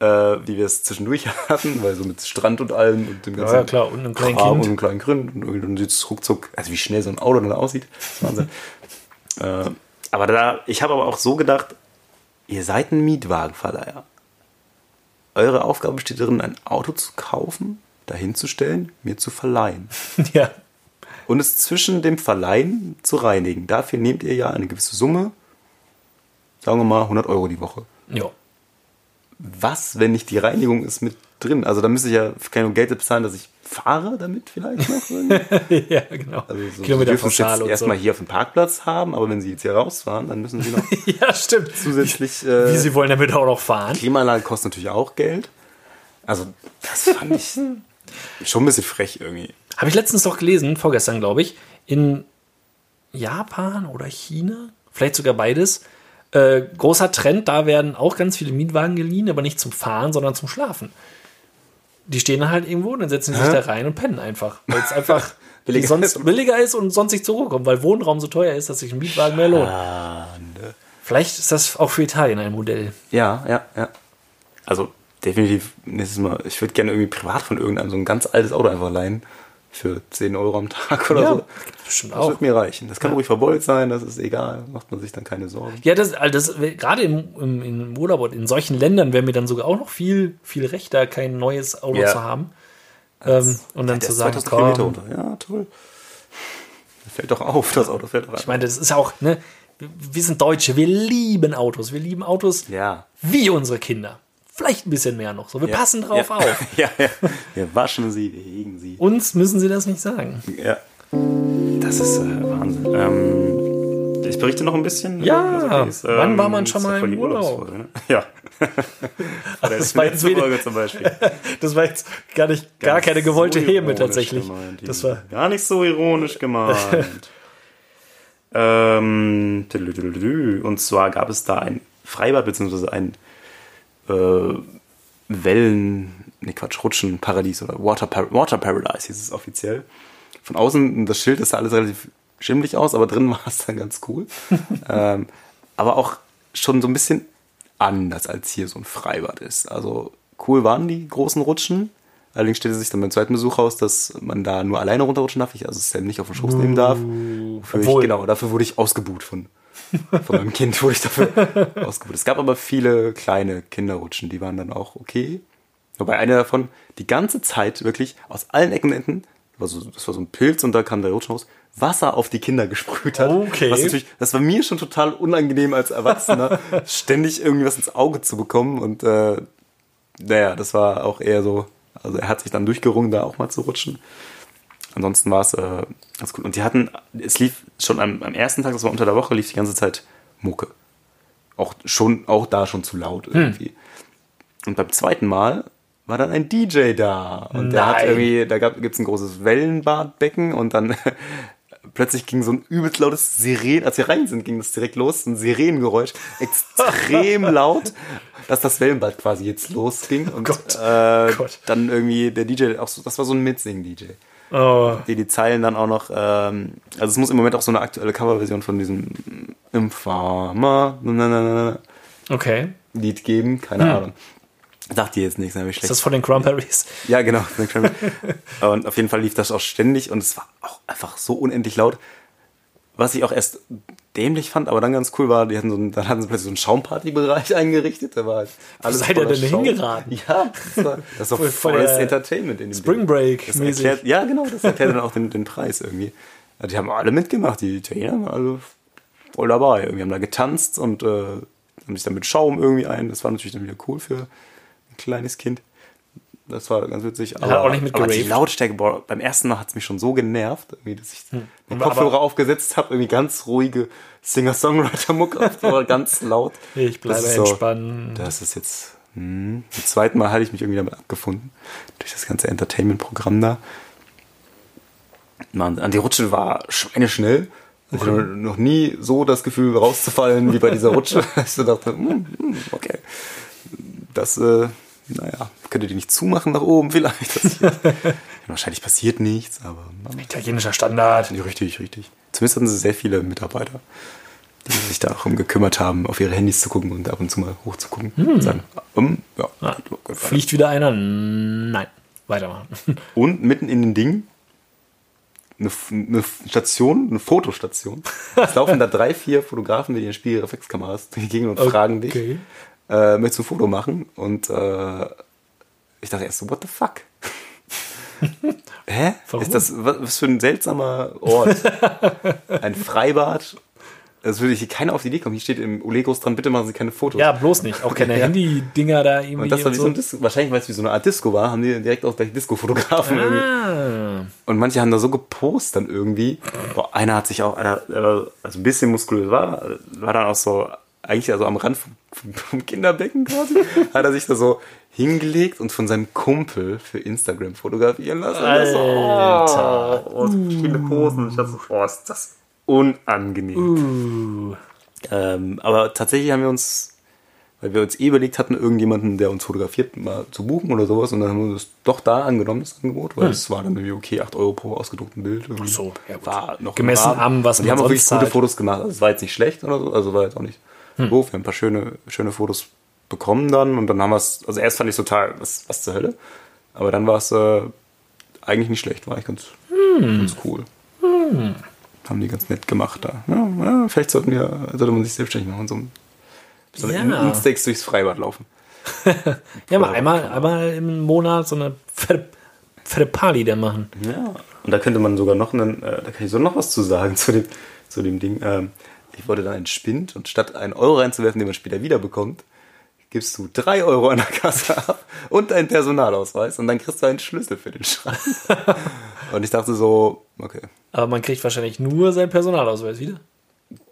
A: äh, wie wir es zwischendurch hatten, weil so mit Strand und allem und dem ganzen
B: ja, klar, und einem kleinen
A: Kram
B: Kind.
A: und einem kleinen Kind und irgendwie- und jetzt ruckzuck, also wie schnell so ein Auto dann aussieht. Das ist Wahnsinn. Äh, aber da, ich habe aber auch so gedacht, ihr seid ein Mietwagenverleiher. Eure Aufgabe besteht darin, ein Auto zu kaufen, dahinzustellen, mir zu verleihen
B: Ja.
A: und es zwischen dem Verleihen zu reinigen. Dafür nehmt ihr ja eine gewisse Summe, sagen wir mal 100 Euro die Woche.
B: ja.
A: Was, wenn nicht die Reinigung ist mit drin? Also da müsste ich ja kein Geld bezahlen, dass ich fahre damit vielleicht noch. irgendwie.
B: ja, genau.
A: Also so, sie dürfen es
B: Kilometerpauschale
A: jetzt
B: und so.
A: erstmal hier auf dem Parkplatz haben, aber wenn sie jetzt hier rausfahren, dann müssen sie noch
B: ja, stimmt.
A: zusätzlich
B: Wie
A: äh,
B: sie wollen damit auch noch fahren.
A: Klimaanlage kostet natürlich auch Geld. Also das fand ich schon ein bisschen frech irgendwie.
B: Habe ich letztens doch gelesen, vorgestern glaube ich, in Japan oder China, vielleicht sogar beides. Äh, großer Trend, da werden auch ganz viele Mietwagen geliehen, aber nicht zum Fahren, sondern zum Schlafen. Die stehen dann halt irgendwo und dann setzen sie sich da rein und pennen einfach. Weil es einfach billiger,
A: Billiger
B: sonst
A: ist.
B: billiger ist und sonst nicht zur Ruhe kommt, weil Wohnraum so teuer ist, dass sich ein Mietwagen mehr
A: Ah.
B: lohnt. Vielleicht ist das auch für Italien ein Modell.
A: ne. Ja, ja, ja. Also definitiv nächstes Mal. Ich würde gerne irgendwie privat von irgendeinem so ein ganz altes Auto einfach leihen für 10 Euro am Tag oder so.
B: bestimmt
A: Also, Das
B: auch.
A: wird mir reichen. Das kann ruhig verbeult sein, das ist egal. Macht man sich dann keine Sorgen.
B: Ja, das, also das gerade im, im, im Urlaub und in solchen Ländern wäre mir dann sogar auch noch viel, viel rechter, kein neues Auto
A: Ja.
B: zu haben. Ähm, und dann
A: Der
B: zu
A: ist
B: sagen,
A: 2000 Kilometer
B: komm,
A: runter. Ja, toll. Das fällt doch auf, das Auto fällt doch
B: ich meine, das ist ja auch, ne, wir- wir sind Deutsche, wir lieben Autos, wir lieben Autos
A: Ja.
B: wie unsere Kinder. Vielleicht ein bisschen mehr noch, so wir passen drauf
A: ja.
B: auf.
A: ja, ja. Wir waschen sie, wir hegen sie.
B: Uns müssen sie das nicht sagen.
A: Ja. Das ist äh, Wahnsinn. Ähm, ich berichte noch ein bisschen.
B: Ja,
A: Wenn das okay ist. ähm,
B: wann war man schon
A: ist ja
B: mal
A: voll
B: im
A: die
B: Urlaub?
A: Urlaubsfolge, Ne? Ja. Oder
B: das
A: das
B: war
A: war
B: jetzt
A: letzte
B: wieder-
A: Folge zum Beispiel.
B: Das war jetzt gar nicht, gar keine gewollte
A: So
B: Heme
A: ironisch
B: tatsächlich.
A: Gemeint,
B: Das war,
A: gar nicht so ironisch gemeint. ähm, tüdelüdelüdelü. und zwar gab es da ein Freibad beziehungsweise ein äh, Wellen, ne Quatsch, Rutschenparadies oder Water, Par Water Paradise hieß es offiziell. Von außen, das Schild, das sah alles relativ schimmelig aus, aber drin war es dann ganz cool. ähm, aber auch schon so ein bisschen anders, als hier so ein Freibad ist. Also cool waren die großen Rutschen. Allerdings stellte sich dann beim zweiten Besuch raus, dass man da nur alleine runterrutschen darf, ich also Sam nicht auf den Schoß nehmen darf. Wofür ich,
B: Obwohl-
A: genau, dafür wurde ich ausgebuht von von meinem Kind wurde ich dafür ausgebildet. Es gab aber viele kleine Kinderrutschen, die waren dann auch okay. Wobei eine davon die ganze Zeit wirklich aus allen Ecken und Enden, war so, das war so ein Pilz und da kam der Rutschen raus, Wasser auf die Kinder gesprüht hat.
B: Okay.
A: Was natürlich, das war mir schon total unangenehm als Erwachsener, ständig irgendwas ins Auge zu bekommen. Und äh, naja, das war auch eher so, also er hat sich dann durchgerungen, da auch mal zu rutschen. Ansonsten war es äh, ganz cool. Und die hatten, es lief schon am, am ersten Tag, das war unter der Woche, lief die ganze Zeit Mucke. Auch, schon, auch da schon zu laut
B: Hm.
A: irgendwie. Und beim zweiten Mal war dann ein DJ da. Und der hat
B: Nein.
A: irgendwie, da gibt es ein großes Wellenbadbecken und dann plötzlich ging so ein übelst lautes Sirenen, als wir rein sind, ging das direkt los, ein Sirenengeräusch, extrem laut, dass das Wellenbad quasi jetzt losging. Und
B: Oh Gott.
A: Äh,
B: Gott.
A: dann irgendwie der DJ, auch so, das war so ein Mitsingen-DJ
B: oh,
A: die die Zeilen dann auch noch, ähm, also es muss im Moment auch so eine aktuelle Coverversion von diesem Informer na, na, na, na,
B: okay.
A: Lied geben, keine Ahnung. Sagt dir jetzt nichts, nämlich
B: Hm. Ist
A: schlecht.
B: das von den Cranberries?
A: Ja, genau. Frank Cranmer. und auf jeden Fall lief das auch ständig und es war auch einfach so unendlich laut. Was ich auch erst dämlich fand, aber dann ganz cool war, die hatten so einen, dann hatten sie plötzlich so einen Schaumpartybereich eingerichtet. Da war halt alles
B: seid ihr
A: voller
B: denn
A: Schaum.
B: hingeraten?
A: Ja, das war, das war
B: Voll- voll
A: volles
B: der
A: Entertainment in dem
B: Spring
A: Ding.
B: Break
A: Das
B: mäßig.
A: erklärt, ja, genau, das erklärt dann auch den, den Preis irgendwie. Äh, Die haben alle mitgemacht, die Italiener waren alle voll dabei. Irgendwie haben da getanzt und äh, haben sich dann mit Schaum irgendwie ein. Das war natürlich dann wieder cool für ein kleines Kind. Das war ganz witzig. Aber,
B: auch nicht mit
A: aber die
B: geraved.
A: Lautstärke, boah, beim ersten Mal hat es mich schon so genervt, irgendwie, dass ich den
B: Hm. Aber-
A: Kopfhörer aufgesetzt habe, irgendwie ganz ruhige Singer-Songwriter-Muck auf, aber ganz laut.
B: Ich bleibe
A: Das ist
B: entspannt.
A: Das ist jetzt. Hm, zum zweiten Mal hatte ich mich irgendwie damit abgefunden. Durch das ganze Entertainment-Programm da. Mann, an die Rutsche war schweineschnell. Ich hatte noch nie so das Gefühl, rauszufallen wie bei dieser Rutsche. ich so dachte, hm, hm, okay. Das, äh, naja, könnte die nicht zumachen nach oben vielleicht. Das, wahrscheinlich passiert nichts, aber man
B: Italienischer Standard.
A: ja, Richtig, richtig. Zumindest hatten sie sehr viele Mitarbeiter, die sich darum gekümmert haben, auf ihre Handys zu gucken und ab und zu mal hochzugucken. Und sagen, ähm, ja,
B: Ah,
A: hat Bock gefallen.
B: Fliegt wieder einer? Nein. Weitermachen.
A: Und mitten in den Ding eine, F- eine F- Station, eine Fotostation. Es laufen da drei, vier Fotografen mit ihren Spiegelreflexkameras gegen und fragen dich,
B: Okay.
A: äh, möchtest du ein Foto machen? Und äh, ich dachte erst so, what the fuck? Hä?
B: Warum?
A: Ist das wa- was für ein seltsamer Ort? ein Freibad? Das würde hier keiner auf die Idee kommen. Hier steht im Olegos dran, bitte machen Sie keine Fotos.
B: Ja, bloß nicht. Auch keine Handy-Dinger da irgendwie.
A: und das war wie so ein
B: und
A: Disco, wahrscheinlich, weil es wie so eine Art Disco war, haben die direkt auch gleich Disco-Fotografen irgendwie
B: Ah.
A: und manche haben da so gepost dann irgendwie. Boah, einer hat sich auch, einer, der war- also ein bisschen muskulös war, war dann auch so, eigentlich also am Rand vom, vom, vom Kinderbecken quasi, hat er sich da so hingelegt und von seinem Kumpel für Instagram fotografieren lassen. Und das so,
B: Alter.
A: Oh, oh, so viele Posen. Ich dachte so, oh, ist das unangenehm.
B: Uh.
A: Ähm, aber tatsächlich haben wir uns, weil wir uns eh überlegt hatten, irgendjemanden, der uns fotografiert, mal zu buchen oder sowas. Und dann haben wir das doch da angenommen, das Angebot, weil es war dann irgendwie okay, 8 Euro pro ausgedruckten Bild. Ach
B: Hm. so, ja gut.
A: War noch im
B: Gemessen
A: Rahmen.
B: am, was
A: Und die
B: man
A: haben auch wirklich
B: sonst
A: gute
B: zahlt. Hm.
A: Fotos gemacht. Also es war jetzt nicht schlecht oder so, also war jetzt auch nicht doof. Wir haben ein paar schöne, schöne Fotos bekommen dann und dann haben wir es, also erst fand ich total, was, was zur Hölle. Aber dann war es äh, eigentlich nicht schlecht, war ich ganz, ganz cool Hm. haben die ganz nett gemacht da. Ja, ja, vielleicht sollten wir, sollte man sich selbstständig machen, so, ein- so
B: Ja.
A: ein Insteaks durchs Freibad laufen.
B: Ja, mal einmal, einmal im Monat so eine fette fette Party da machen.
A: Ja. Und da könnte man sogar noch einen, äh, da kann ich so noch was zu sagen zu dem, zu dem Ding. Ähm, ich wurde dann entspinnt und statt einen Euro reinzuwerfen, den man später wiederbekommt, gibst du drei Euro an der Kasse ab und einen Personalausweis und dann kriegst du einen Schlüssel für den Schrank. und ich dachte so, okay.
B: Aber man kriegt wahrscheinlich nur sein Personalausweis wieder.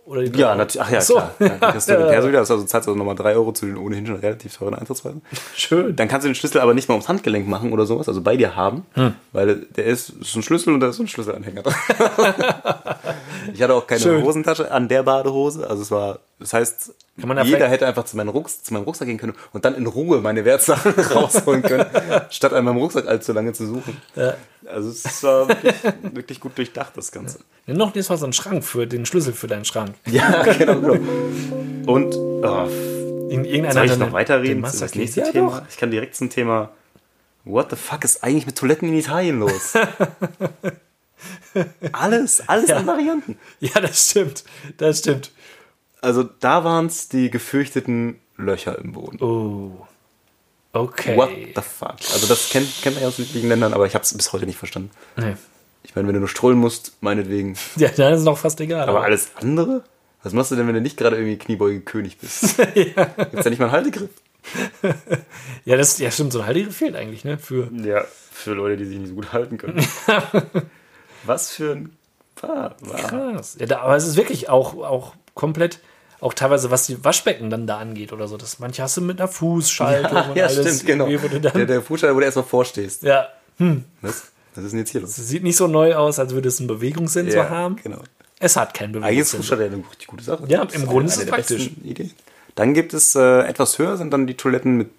B: Oder die
A: Ja, natürlich. Ach ja,
B: So.
A: klar. Dann kriegst du
B: Ja,
A: den
B: ja,
A: Perso wieder, also zahlst du nochmal drei Euro zu den ohnehin schon relativ teuren Eintrittspreisen.
B: Schön.
A: Dann kannst du den Schlüssel aber nicht mal ums Handgelenk machen oder sowas, also bei dir haben,
B: Hm.
A: weil der ist, ist ein Schlüssel und da ist so ein Schlüsselanhänger dran. ich hatte auch keine
B: Schön.
A: Hosentasche an der Badehose, also es war, das heißt,
B: Kann man da
A: jeder
B: vielleicht-
A: hätte einfach zu meinem, Rucks, zu meinem Rucksack gehen können und dann in Ruhe meine Wertsachen rausholen können, statt an meinem Rucksack allzu lange zu suchen.
B: Ja.
A: Also es war wirklich, wirklich gut durchdacht, das Ganze.
B: Nimm doch nächstes Mal so einen Schrank für den Schlüssel für deinen Schrank.
A: Ja, genau. genau. Und oh,
B: In irgendeiner
A: Soll ich
B: hat
A: noch
B: den- den
A: weiterreden?
B: Master
A: äh, Das
B: Key.
A: nächste
B: ja,
A: Thema.
B: Doch.
A: Ich kann direkt zum Thema What the fuck ist eigentlich mit Toiletten in Italien los? alles, alles an Varianten.
B: ja, das stimmt. Das stimmt.
A: Also da waren es die gefürchteten Löcher im Boden.
B: Oh. Okay.
A: What the fuck? Also das kennt, kennt man ja aus südlichen Ländern, aber ich habe es bis heute nicht verstanden.
B: nee.
A: Ich meine, wenn du nur strollen musst, meinetwegen.
B: Ja, dann ist noch fast egal.
A: Aber alles andere? Was machst du denn, wenn du nicht gerade irgendwie Kniebeuge König bist? Gibt's ja nicht mal einen Haltegriff.
B: ja, das ja, stimmt. So ein Haltiere fehlt eigentlich, ne? Für
A: Ja, für Leute, die sich nicht so gut halten können. Was für ein Paar.
B: krass. Ja, da, aber es ist wirklich auch, auch komplett, auch teilweise, was die Waschbecken dann da angeht oder so. Das, manche hast du mit einer Fußschaltung und
A: Ja,
B: alles.
A: stimmt, genau.
B: irgendwie, wo du dann,
A: Der, der Fußschall, wo du erstmal vorstehst.
B: ja,
A: Was? Was ist denn jetzt hier los?
B: es sieht nicht so neu aus, als würde es einen Bewegungssensor haben.
A: genau.
B: Es hat keinen
A: Eigentlich ist
B: Bewegungssensor.
A: Fußschall ja eine richtig gute Sache.
B: Ja,
A: Das
B: im Grunde
A: eine
B: ist
A: der
B: es praktisch.
A: besten Ideen. Dann gibt es äh, etwas höher, sind dann die Toiletten mit,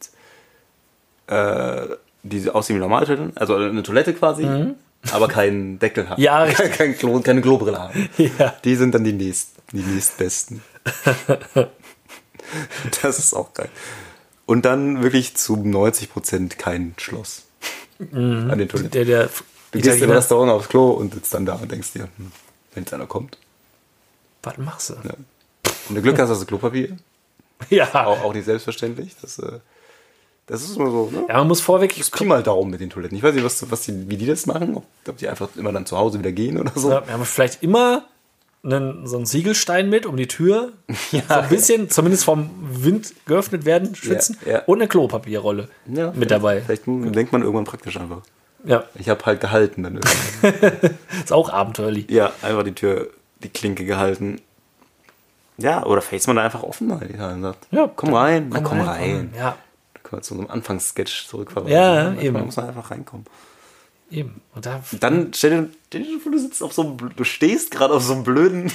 A: äh, die aussehen wie normale Toiletten, also eine Toilette quasi, aber keinen Deckel haben.
B: Mhm. Ja, richtig.
A: kein Klo, keine Klobrille haben.
B: Ja.
A: Die sind dann die, nächst, die nächstbesten. das ist auch geil. Und dann wirklich zu 90% kein Schloss
B: Mhm.
A: an den Toiletten.
B: Der, der
A: Du gehst im
B: Italiener-
A: Restaurant aufs Klo und sitzt dann da und denkst dir, hm, wenn jetzt einer kommt.
B: Was machst du?
A: Ja. Wenn du Glück hast, hast du Klopapier.
B: Ja.
A: Auch, auch nicht selbstverständlich. Das äh, Das ist immer so, ne?
B: Ja, man muss vorweg.
A: Das ist Pi mal Daumen mit den Toiletten. Ich weiß nicht, was, was die, wie die das machen. Ob, ob die einfach immer dann zu Hause wieder gehen oder so.
B: Ja, wir haben vielleicht immer einen, so einen Siegelstein mit um die Tür. So ein bisschen, zumindest vom Wind geöffnet werden, schützen.
A: Ja, ja.
B: Und eine Klopapierrolle
A: Ja,
B: mit
A: vielleicht-
B: dabei.
A: Vielleicht denkt man irgendwann praktisch einfach.
B: Ja,
A: Ich habe halt gehalten dann irgendwann.
B: ist auch abenteuerlich.
A: ja, einfach die Tür, die Klinke gehalten. Ja, oder face man da einfach offen halt. Ja, und sagt,
B: Ja,
A: komm rein, na, komm, rein.
B: Ja,
A: Da können wir zu unserem Anfangssketch zurückverweisen.
B: Ja,
A: Manchmal
B: eben.
A: muss man einfach reinkommen.
B: eben. Und da,
A: Dann stell dir, stell dir vor, du sitzt auf so einem, bl- du stehst gerade auf so einem blöden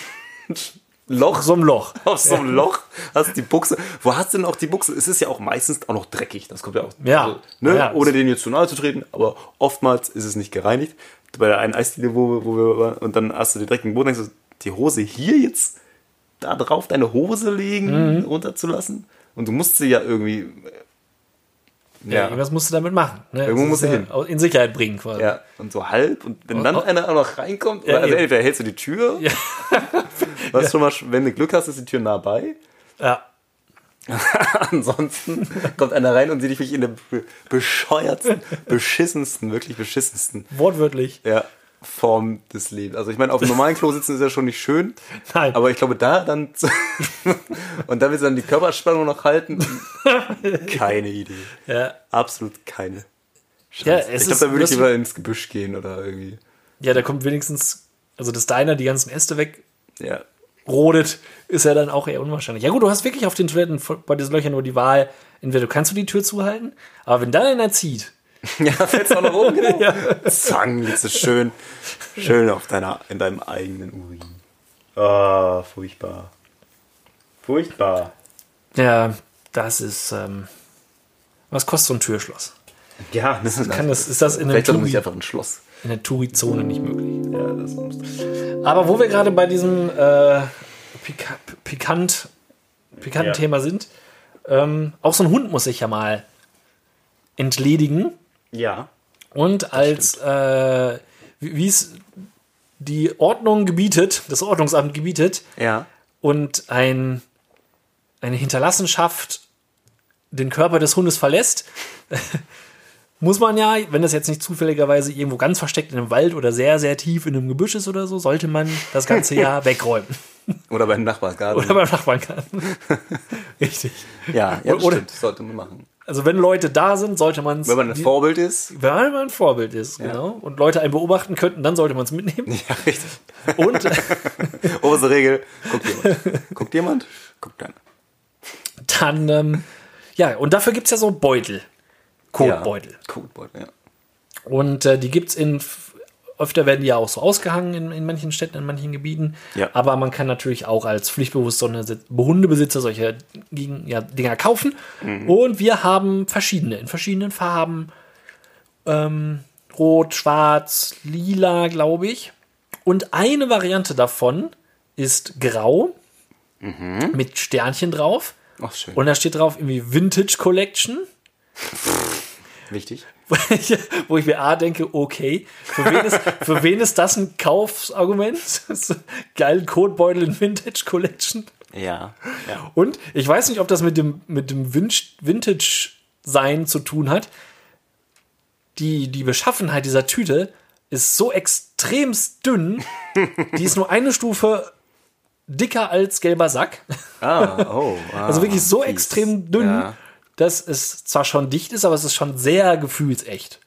A: Loch,
B: so ein Loch.
A: auf so einem Loch, hast die Buchse. Wo hast du denn auch die Buchse? Es ist ja auch meistens auch noch dreckig. Das kommt ja auch.
B: Ja.
A: ne?
B: Ja, ja.
A: Ohne denen jetzt zu nahe zu treten, aber oftmals ist es nicht gereinigt. Bei der einen Eisdiele, wo, wo wir waren, und dann hast du den dreckigen Boden, denkst du, die Hose hier jetzt da drauf, deine Hose
B: Mhm.
A: legen, runterzulassen. Und du musst sie ja irgendwie. äh,
B: Ja. Irgendwas musst du damit machen. Ne?
A: Irgendwo
B: Das
A: musst
B: ist
A: du
B: ja In Sicherheit bringen quasi.
A: Ja, und so halb. Und wenn dann
B: Oh, oh.
A: einer auch noch reinkommt,
B: Ja,
A: also
B: eben.
A: entweder hältst du die Tür,
B: Ja.
A: was schon mal, sch- wenn du Glück hast, ist die Tür nah bei.
B: ja.
A: Ansonsten kommt einer rein und sieht dich wirklich in der be- bescheuertsten, beschissensten, wirklich beschissensten
B: Wortwörtlich.
A: ja, Form des Lebens. Also ich meine, auf einem normalen Klo sitzen ist ja schon nicht schön.
B: Nein.
A: Aber ich glaube, da dann. zu- und da willst du dann die Körperspannung noch halten. Keine Idee.
B: Ja.
A: Absolut keine. Scheiße.
B: Ja, es
A: ich glaube, da
B: ist
A: würde ich
B: lustig-
A: lieber ins Gebüsch gehen oder irgendwie.
B: ja, da kommt wenigstens, also dass deiner die ganzen Äste wegrodet,
A: Ja.
B: ist ja dann auch eher unwahrscheinlich. Ja gut, du hast wirklich auf den Toiletten vor- bei diesen Löchern nur die Wahl, entweder du kannst du die Tür zuhalten, aber wenn dann einer zieht,
A: Ja, fällst auch noch um, genau. Zang, jetzt ist schön, schön auf deiner, in deinem eigenen Urin. Ah, furchtbar. Furchtbar.
B: ja, das ist, ähm, was kostet so ein Türschloss?
A: Ja, das ist,
B: Kann das, ist das in der
A: vielleicht doch nicht
B: Touri,
A: einfach ein Schloss.
B: in der Touri-Zone nicht möglich?
A: Ja, das muss.
B: Aber wo wir gerade bei diesem äh, pika pikant, pikanten
A: Ja.
B: Thema sind, ähm, auch so ein Hund muss sich ja mal entledigen.
A: Ja.
B: Und als, äh, wie wie es die Ordnung gebietet, das Ordnungsamt gebietet,
A: Ja.
B: und ein, eine Hinterlassenschaft den Körper des Hundes verlässt, muss man ja, wenn das jetzt nicht zufälligerweise irgendwo ganz versteckt in einem Wald oder sehr, sehr tief in einem Gebüsch ist oder so, sollte man das ganze ja wegräumen.
A: Oder beim Nachbarsgarten.
B: Oder beim Nachbarngarten. Richtig.
A: ja, ja das
B: Oder-
A: stimmt. Das sollte man machen.
B: Also wenn Leute da sind, sollte man es...
A: Wenn man ein Vorbild ist.
B: Wenn man ein Vorbild ist, genau. Und Leute einen beobachten könnten, dann sollte man es mitnehmen.
A: Ja, richtig.
B: Und
A: Oberste Regel. Guckt jemand. Guckt jemand? Guckt keiner.
B: dann, ähm, ja, und dafür gibt es ja so Beutel. Kotbeutel.
A: Ja. Kotbeutel, ja.
B: Und äh, die gibt es in, öfter werden die ja auch so ausgehangen in, in manchen Städten, in manchen Gebieten.
A: Ja.
B: Aber man kann natürlich auch als pflichtbewusster Hunde- Hundebesitzer solche Gegen- ja, Dinger kaufen.
A: Mhm.
B: Und wir haben verschiedene, in verschiedenen Farben. Ähm, rot, schwarz, lila, glaube ich. Und eine Variante davon ist grau
A: Mhm.
B: mit Sternchen drauf.
A: Ach, schön.
B: Und da steht drauf irgendwie Vintage Collection.
A: Wichtig.
B: wo ich, wo ich mir A denke, okay, für wen ist, für wen ist das ein Kaufsargument? Das ist ein Geilen Kotbeutel in Vintage Collection.
A: Ja. ja.
B: Und ich weiß nicht, ob das mit dem, mit dem Vin- Vintage-Sein zu tun hat. Die, die Beschaffenheit dieser Tüte ist so extremst dünn, die ist nur eine Stufe dicker als gelber Sack.
A: Ah, oh.
B: Also wirklich so
A: fies.
B: extrem dünn,
A: Ja.
B: dass es zwar schon dicht ist, aber es ist schon sehr gefühlsecht.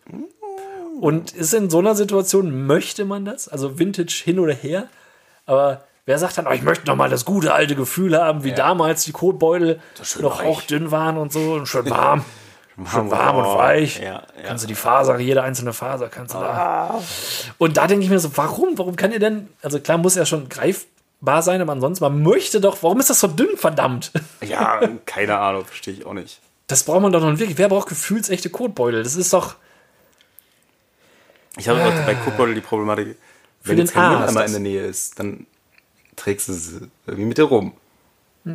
B: Und ist in so einer Situation, möchte man das? Also Vintage hin oder her? Aber wer sagt dann, oh, ich möchte noch mal das gute alte Gefühl haben, wie damals die Kotbeutel
A: schön
B: noch
A: weich.
B: auch dünn waren und so und schön warm. Schön warm und
A: Oh,
B: weich.
A: ja, Ah. ja.
B: Kannst du die Faser, jede einzelne Faser kannst du da. Und da denke ich mir so, warum? Warum kann ihr denn, also klar muss er schon greifbar sein, aber ansonsten, man möchte doch, warum ist das so dünn, verdammt?
A: Ja, keine Ahnung, verstehe ich auch nicht.
B: Das braucht man doch noch wirklich. Wer braucht gefühlsechte Kotbeutel? Das ist doch.
A: Ich habe auch bei Kupol die Problematik, wenn
B: den
A: jetzt kein
B: Arzt.
A: Mülleimer in der Nähe ist, dann trägst du sie irgendwie mit dir rum.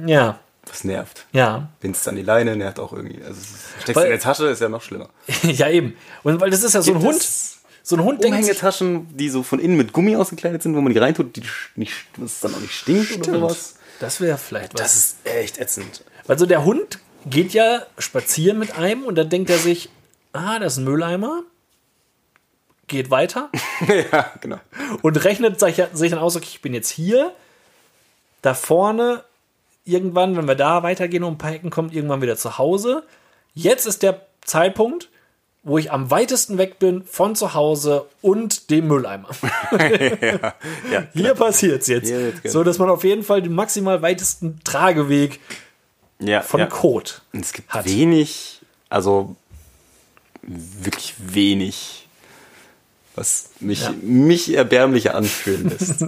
B: Ja,
A: Das nervt.
B: ja.
A: Bindst an die Leine, nervt auch irgendwie. Also es ist- steckst
B: Weil-
A: in der Tasche, ist ja noch schlimmer.
B: ja, eben. Und weil das ist ja so ein
A: Gibt
B: Hund.
A: es
B: So ein Hund denkt sich,
A: Umhängetaschen, die so von innen mit Gummi ausgekleidet sind, wo man die reintut, die sch- nicht, dass es dann auch nicht stinkt oder sowas.
B: Das wäre vielleicht was.
A: ist echt ätzend.
B: Weil so der Hund geht ja spazieren mit einem und dann denkt er sich, ah, das ist ein Mülleimer. Geht weiter
A: ja, genau.
B: und rechnet sich, sich dann aus, okay, ich bin jetzt hier. Da vorne, irgendwann, wenn wir da weitergehen und ein paar Ecken kommt, irgendwann wieder zu Hause. Jetzt ist der Zeitpunkt, wo ich am weitesten weg bin von zu Hause und dem Mülleimer.
A: Ja,
B: Hier passiert's jetzt.
A: Hier wird's gehen.
B: so, dass man auf jeden Fall den maximal weitesten Trageweg
A: ja,
B: von
A: ja.
B: Kot.
A: Und Es gibt
B: hat.
A: wenig, also wirklich wenig, was mich,
B: Ja.
A: mich erbärmlicher anfühlen lässt,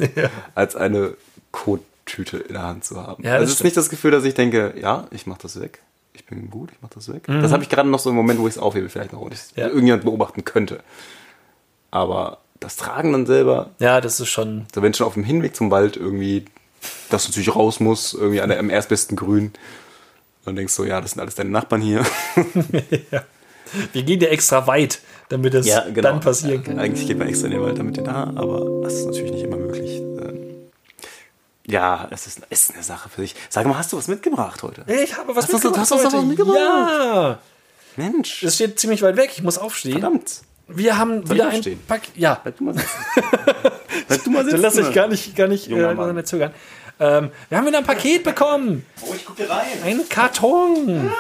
A: als eine Kottüte in der Hand zu haben.
B: Ja, das
A: also es ist
B: stimmt.
A: nicht das Gefühl, dass ich denke, ja, ich mache das weg. Ich bin gut, ich mache das weg. Das habe ich gerade noch so im Moment, wo ich es aufhebe, vielleicht noch, und ich
B: Mhm. Ja.
A: irgendjemand beobachten könnte. Aber das Tragen dann selber,
B: Ja, das ist schon.
A: also wenn schon auf dem Hinweg zum Wald irgendwie das natürlich raus muss, irgendwie an der, am erstbesten Grün, dann denkst du, ja, das sind alles deine Nachbarn hier.
B: Wir gehen ja extra weit, damit das
A: genau.
B: dann passieren kann.
A: Eigentlich geht man extra in den Wald, damit ihr da, aber das ist natürlich nicht immer möglich. Ähm, Ja, es ist, es ist eine Sache für sich. Sag mal, hast du was mitgebracht heute?
B: Ich habe was
A: Hast du- hast du was
B: heute.
A: mitgebracht?
B: Ja,
A: Mensch,
B: es steht ziemlich weit weg. Ich muss aufstehen.
A: verdammt.
B: Wir haben
A: ich
B: wieder ein
A: aufstehen?
B: Pack. Ja,
A: Bleib du mal sitzen. Bleib du mal sitzen.
B: dann lass ich gar nicht, gar nicht
A: Junger
B: äh,
A: Mann.
B: mehr zögern. Ähm, wir haben wieder ein Paket bekommen.
C: Oh, ich gucke rein.
B: Ein Karton.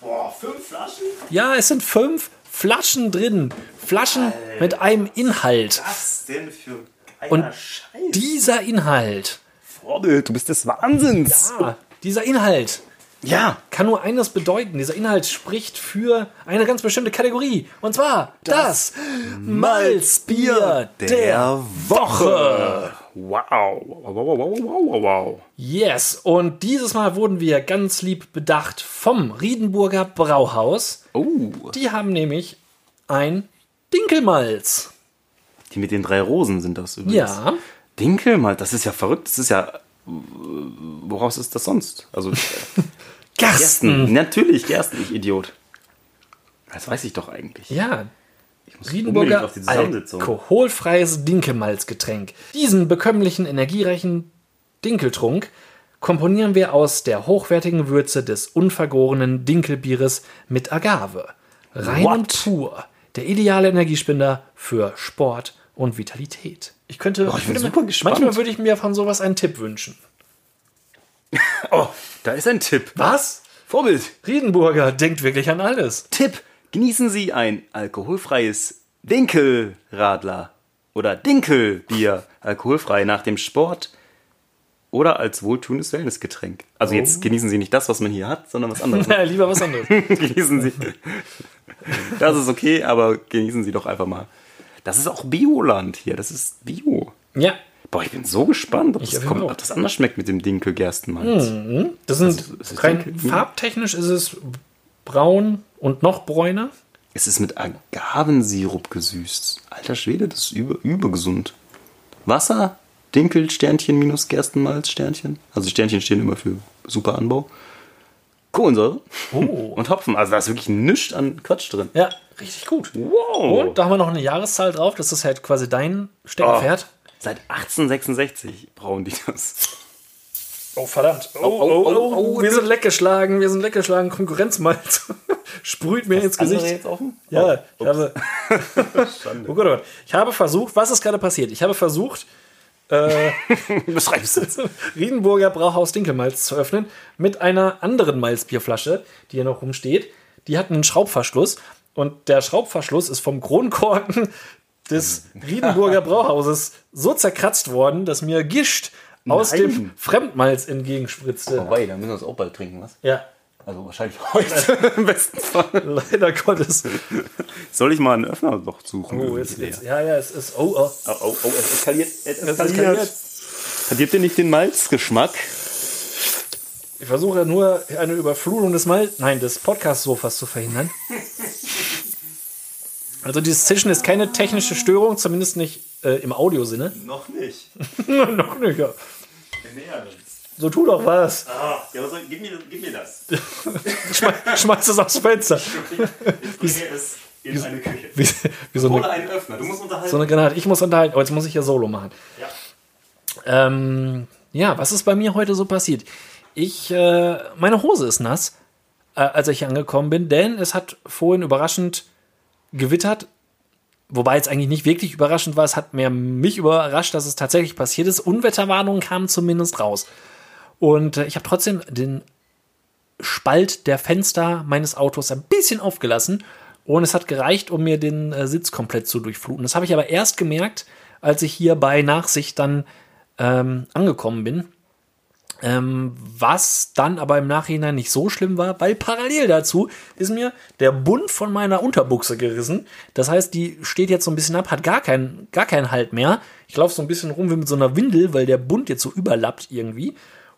C: Boah, fünf Flaschen?
B: Ja, es sind fünf Flaschen drin. Flaschen mit einem Inhalt.
C: Was denn für geiler
B: Und
C: Scheiß?
B: Dieser Inhalt.
A: Vorbild, du bist des Wahnsinns.
B: Ah, dieser Inhalt.
A: Ja.
B: kann nur eines bedeuten. Dieser Inhalt spricht für eine ganz bestimmte Kategorie. Und zwar das, Malzbier der, Woche.
A: Wow. Wow, wow, wow, wow, wow, wow.
B: Yes. Und dieses Mal wurden wir ganz lieb bedacht vom Riedenburger Brauhaus.
A: Oh,
B: Die haben nämlich ein Dinkelmalz.
A: die mit den drei Rosen sind das übrigens.
B: Ja.
A: Dinkel mal, das ist ja verrückt. Das ist ja. äh, Woraus ist das sonst? Also.
B: Gersten.
A: Gersten, natürlich Gersten, ich Idiot. Das weiß ich doch eigentlich.
B: Ja.
A: unbedingt
B: Riedenburger
A: auf die Zusammensetzung.
B: alkoholfreies Dinkelmalzgetränk. Diesen bekömmlichen, energiereichen Dinkeltrunk komponieren wir aus der hochwertigen Würze des unvergorenen Dinkelbieres mit Agave. Rein
A: What?
B: und pur. Der ideale Energiespender für Sport und Vitalität. Ich könnte.
A: ich bin
B: würde mir-
A: super gespannt.
B: Manchmal würde ich mir von sowas einen Tipp wünschen.
A: Oh, da ist ein Tipp.
B: Was?
A: Vorbild.
B: Riedenburger denkt wirklich an alles.
A: Tipp. Genießen Sie ein alkoholfreies Dinkelradler oder Dinkelbier. Alkoholfrei nach dem Sport oder als wohltuendes Wellnessgetränk. Also jetzt genießen Sie nicht das, was man hier hat, sondern was anderes.
B: Na, lieber was anderes.
A: genießen Sie. Das ist okay, aber genießen Sie doch einfach mal. Das ist auch Bioland hier. Das ist Bio.
B: ja.
A: Boah, ich bin so gespannt, ob, das,
B: bin
A: kommt,
B: auch. Hm.
A: ob das anders schmeckt mit dem Dinkelgerstenmalz.
B: Das sind
A: Also, es ist
B: rein
A: dunkel.
B: farbtechnisch ist es braun und noch bräuner.
A: Es ist mit Agavensirup gesüßt. Alter Schwede, das ist über, übergesund. Wasser, Dinkel, Sternchen minus Gerstenmalz, Sternchen. Also Sternchen stehen immer für super Anbau. Kohlensäure
B: Oh.
A: und Hopfen. Also da ist wirklich nichts an Quatsch drin.
B: Ja, richtig gut.
A: Wow.
B: Und da haben wir noch eine Jahreszahl drauf. Das ist halt quasi dein Steckenpferd.
A: Seit 1866 brauen die das.
B: Oh, verdammt. Oh, oh, oh, Wir sind leckgeschlagen. Wir sind leckgeschlagen. Konkurrenzmalz. Sprüht mir ins Gesicht.
A: Andere jetzt offen?
B: Ja, ich habe. oh Gott, oh Gott. Ich habe versucht, was ist gerade passiert? Ich habe versucht, äh,
A: Beschreibst du das?
B: Riedenburger Brauhaus Dinkelmalz zu öffnen mit einer anderen Malzbierflasche, die hier noch rumsteht. Die hat einen Schraubverschluss und der Schraubverschluss ist vom Kronkorken des Riedenburger Brauhauses so zerkratzt worden, dass mir Gischt aus
A: Nein. Oh
B: dem Fremdmalz entgegenspritzte.
A: Wobei, da müssen wir es auch bald trinken, was?
B: Ja,
A: Also wahrscheinlich heute im besten Fall.
B: leider Gottes.
A: Soll ich mal einen Öffner noch suchen?
B: Oh, jetzt, jetzt, ja, ja, es ist. Oh, oh.
A: Oh, oh, oh, es eskaliert. Es
B: eskaliert.
A: Verdirbt dir nicht den Malzgeschmack?
B: Ich versuche nur eine Überflutung des Mal, nein, des Podcast-Sofas zu verhindern. Also dieses Zischen ist keine technische Störung, zumindest nicht äh, im Audiosinne.
C: Noch nicht.
B: Noch nicht. ja.
C: Wir nähern uns.
B: So tu doch was.
C: Ah, ja, was soll, gib, mir, gib mir das.
B: Schme schmeiß es aufs Fenster.
C: Ich bringe es in eine Küche.
B: Wie, wie so, eine,
C: Oder einen Öffner. Du musst unterhalten.
B: so eine Granate. Ich muss unterhalten. Oh, jetzt muss ich ja Solo machen.
C: ja.
B: Ähm, ja, was ist bei mir heute so passiert? Ich, äh, meine Hose ist nass äh, als ich hier angekommen bin, denn es hat vorhin überraschend gewittert. Wobei jetzt eigentlich nicht wirklich überraschend war, es hat mehr mich überrascht, dass es tatsächlich passiert ist. Unwetterwarnungen kamen zumindest raus. Und äh, ich habe trotzdem den Spalt der Fenster meines Autos ein bisschen aufgelassen und es hat gereicht, um mir den äh, Sitz komplett zu durchfluten. Das habe ich aber erst gemerkt, als ich hier bei Nachsicht dann ähm, angekommen bin. Ähm, was dann aber im Nachhinein nicht so schlimm war, weil parallel dazu ist mir der Bund von meiner Unterbuchse gerissen. Das heißt, die steht jetzt so ein bisschen ab, hat gar keinen, gar keinen Halt mehr. Ich laufe so ein bisschen rum wie mit so einer Windel, weil der Bund jetzt so überlappt irgendwie.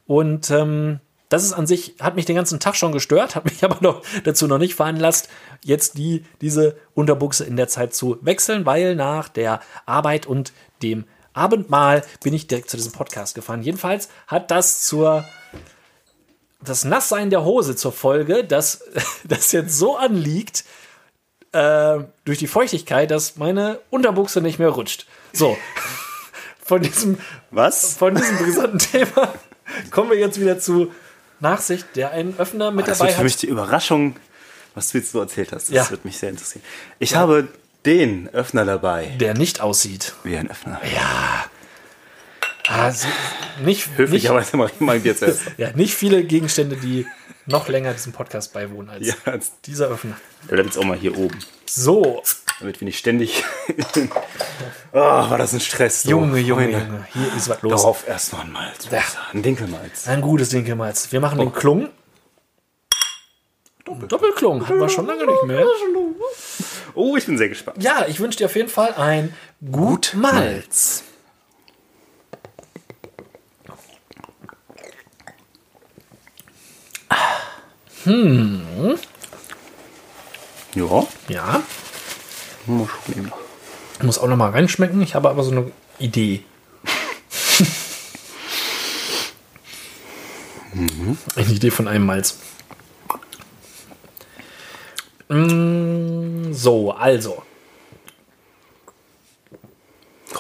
B: Und ähm, das ist an sich, hat mich den ganzen Tag schon gestört, hat mich aber noch dazu noch nicht veranlasst, jetzt die, diese Unterbuchse in der Zeit zu wechseln, weil nach der Arbeit und dem Abendmahl bin ich direkt zu diesem Podcast gefahren. Jedenfalls hat das zur das Nasssein der Hose zur Folge, dass das jetzt so anliegt äh, durch die Feuchtigkeit, dass meine Unterbuchse nicht mehr rutscht. So, von diesem
A: Was?
B: von diesem brisanten Thema kommen wir jetzt wieder zu Nachsicht, der einen Öffner mit
A: Das
B: dabei
A: wird für
B: hat.
A: mich die Überraschung, was du jetzt so erzählt hast. Das
B: Ja.
A: wird mich sehr interessieren. Ich habe den Öffner dabei.
B: der nicht aussieht.
A: Wie ein Öffner.
B: Also nicht, nicht,
A: Höflicherweise mache ich mein Bier zuerst.
B: ja, nicht viele Gegenstände, die noch länger diesem Podcast beiwohnen als
A: Ja, jetzt
B: dieser Öffner.
A: bleibt jetzt auch mal hier oben.
B: So,
A: Damit wir nicht ständig. oh, war das ein Stress. so.
B: Junge, Junge,
A: Freunde.
B: Junge, hier ist was los.
A: Darauf erst noch ein Malz. würde ich sagen. Ein Dinkelmalz.
B: Ein gutes Ding gemals. Wir machen den Klung. Doppelklung hatten wir schon lange nicht mehr.
A: Oh, ich bin sehr gespannt.
B: Ja, ich wünsche dir auf jeden Fall ein gut Malz.
A: Ja,
B: Ja,
A: mal schauen.
B: Ich muss auch noch mal reinschmecken. Ich habe aber so eine Idee. Eine Idee von einem Malz. Mm, so, also.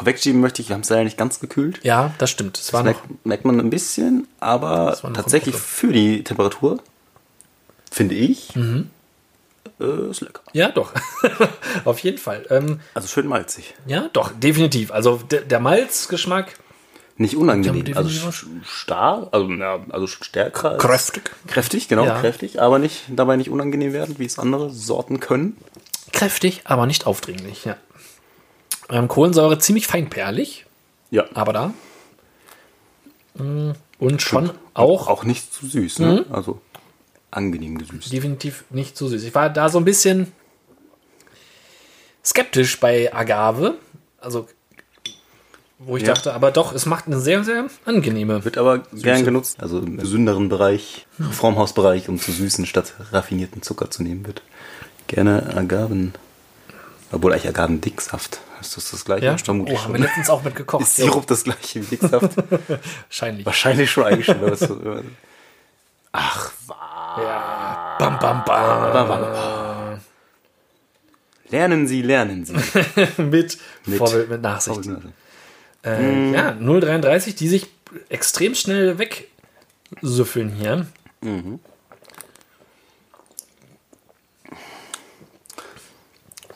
A: Wegschieben möchte ich, wir haben es leider nicht ganz gekühlt.
B: Ja, das stimmt. Es war
A: Das
B: noch.
A: merkt, merkt man ein bisschen, aber
B: Das war noch
A: tatsächlich
B: ein
A: für die Temperatur, finde ich,
B: Mhm.
A: äh, ist lecker.
B: Ja, doch. Auf jeden Fall. Ähm,
A: Also schön malzig.
B: ja, doch, definitiv. Also der, der Malzgeschmack.
A: Nicht unangenehm.
B: Ja,
A: Also
B: definitiv.
A: sch- starr, also, ja, also schon stärker. als-
B: Kräftig.
A: Kräftig, genau,
B: Ja.
A: kräftig, aber nicht, dabei nicht unangenehm werden, wie es andere Sorten können.
B: Kräftig, aber nicht aufdringlich. Ja. Ähm, Kohlensäure ziemlich feinperlig,
A: Ja,
B: aber da. Mm, Und schon auch
A: auch nicht zu süß, ne?
B: Mhm.
A: Also angenehm gesüßt.
B: definitiv nicht so süß. Ich war da so ein bisschen skeptisch bei Agave. Also, wo ich
A: Ja.
B: dachte, aber doch, es macht eine sehr, sehr angenehme.
A: Wird aber gern genutzt, also im gesünderen Bereich, Reformhausbereich, um zu süßen statt raffinierten Zucker zu nehmen, wird gerne Agaven, obwohl eigentlich Agavendicksaft, ist das das gleiche?
B: Ja,
A: Vermutlich
B: oh, haben wir
A: schon.
B: letztens auch mit gekocht.
A: Ist Sirup das gleiche wie Dicksaft?
B: Wahrscheinlich.
A: Wahrscheinlich schon eigentlich schon. wenn man es äh, so- wenn man- Ach,
B: Ja. Bam, bam, bam.
A: Äh. lernen Sie, lernen Sie.
B: Mit,
A: Mit-
B: Vorbild, mit Nachsicht. Äh, Ja, 0,33, die sich extrem schnell wegsüffeln hier.
A: Mhm.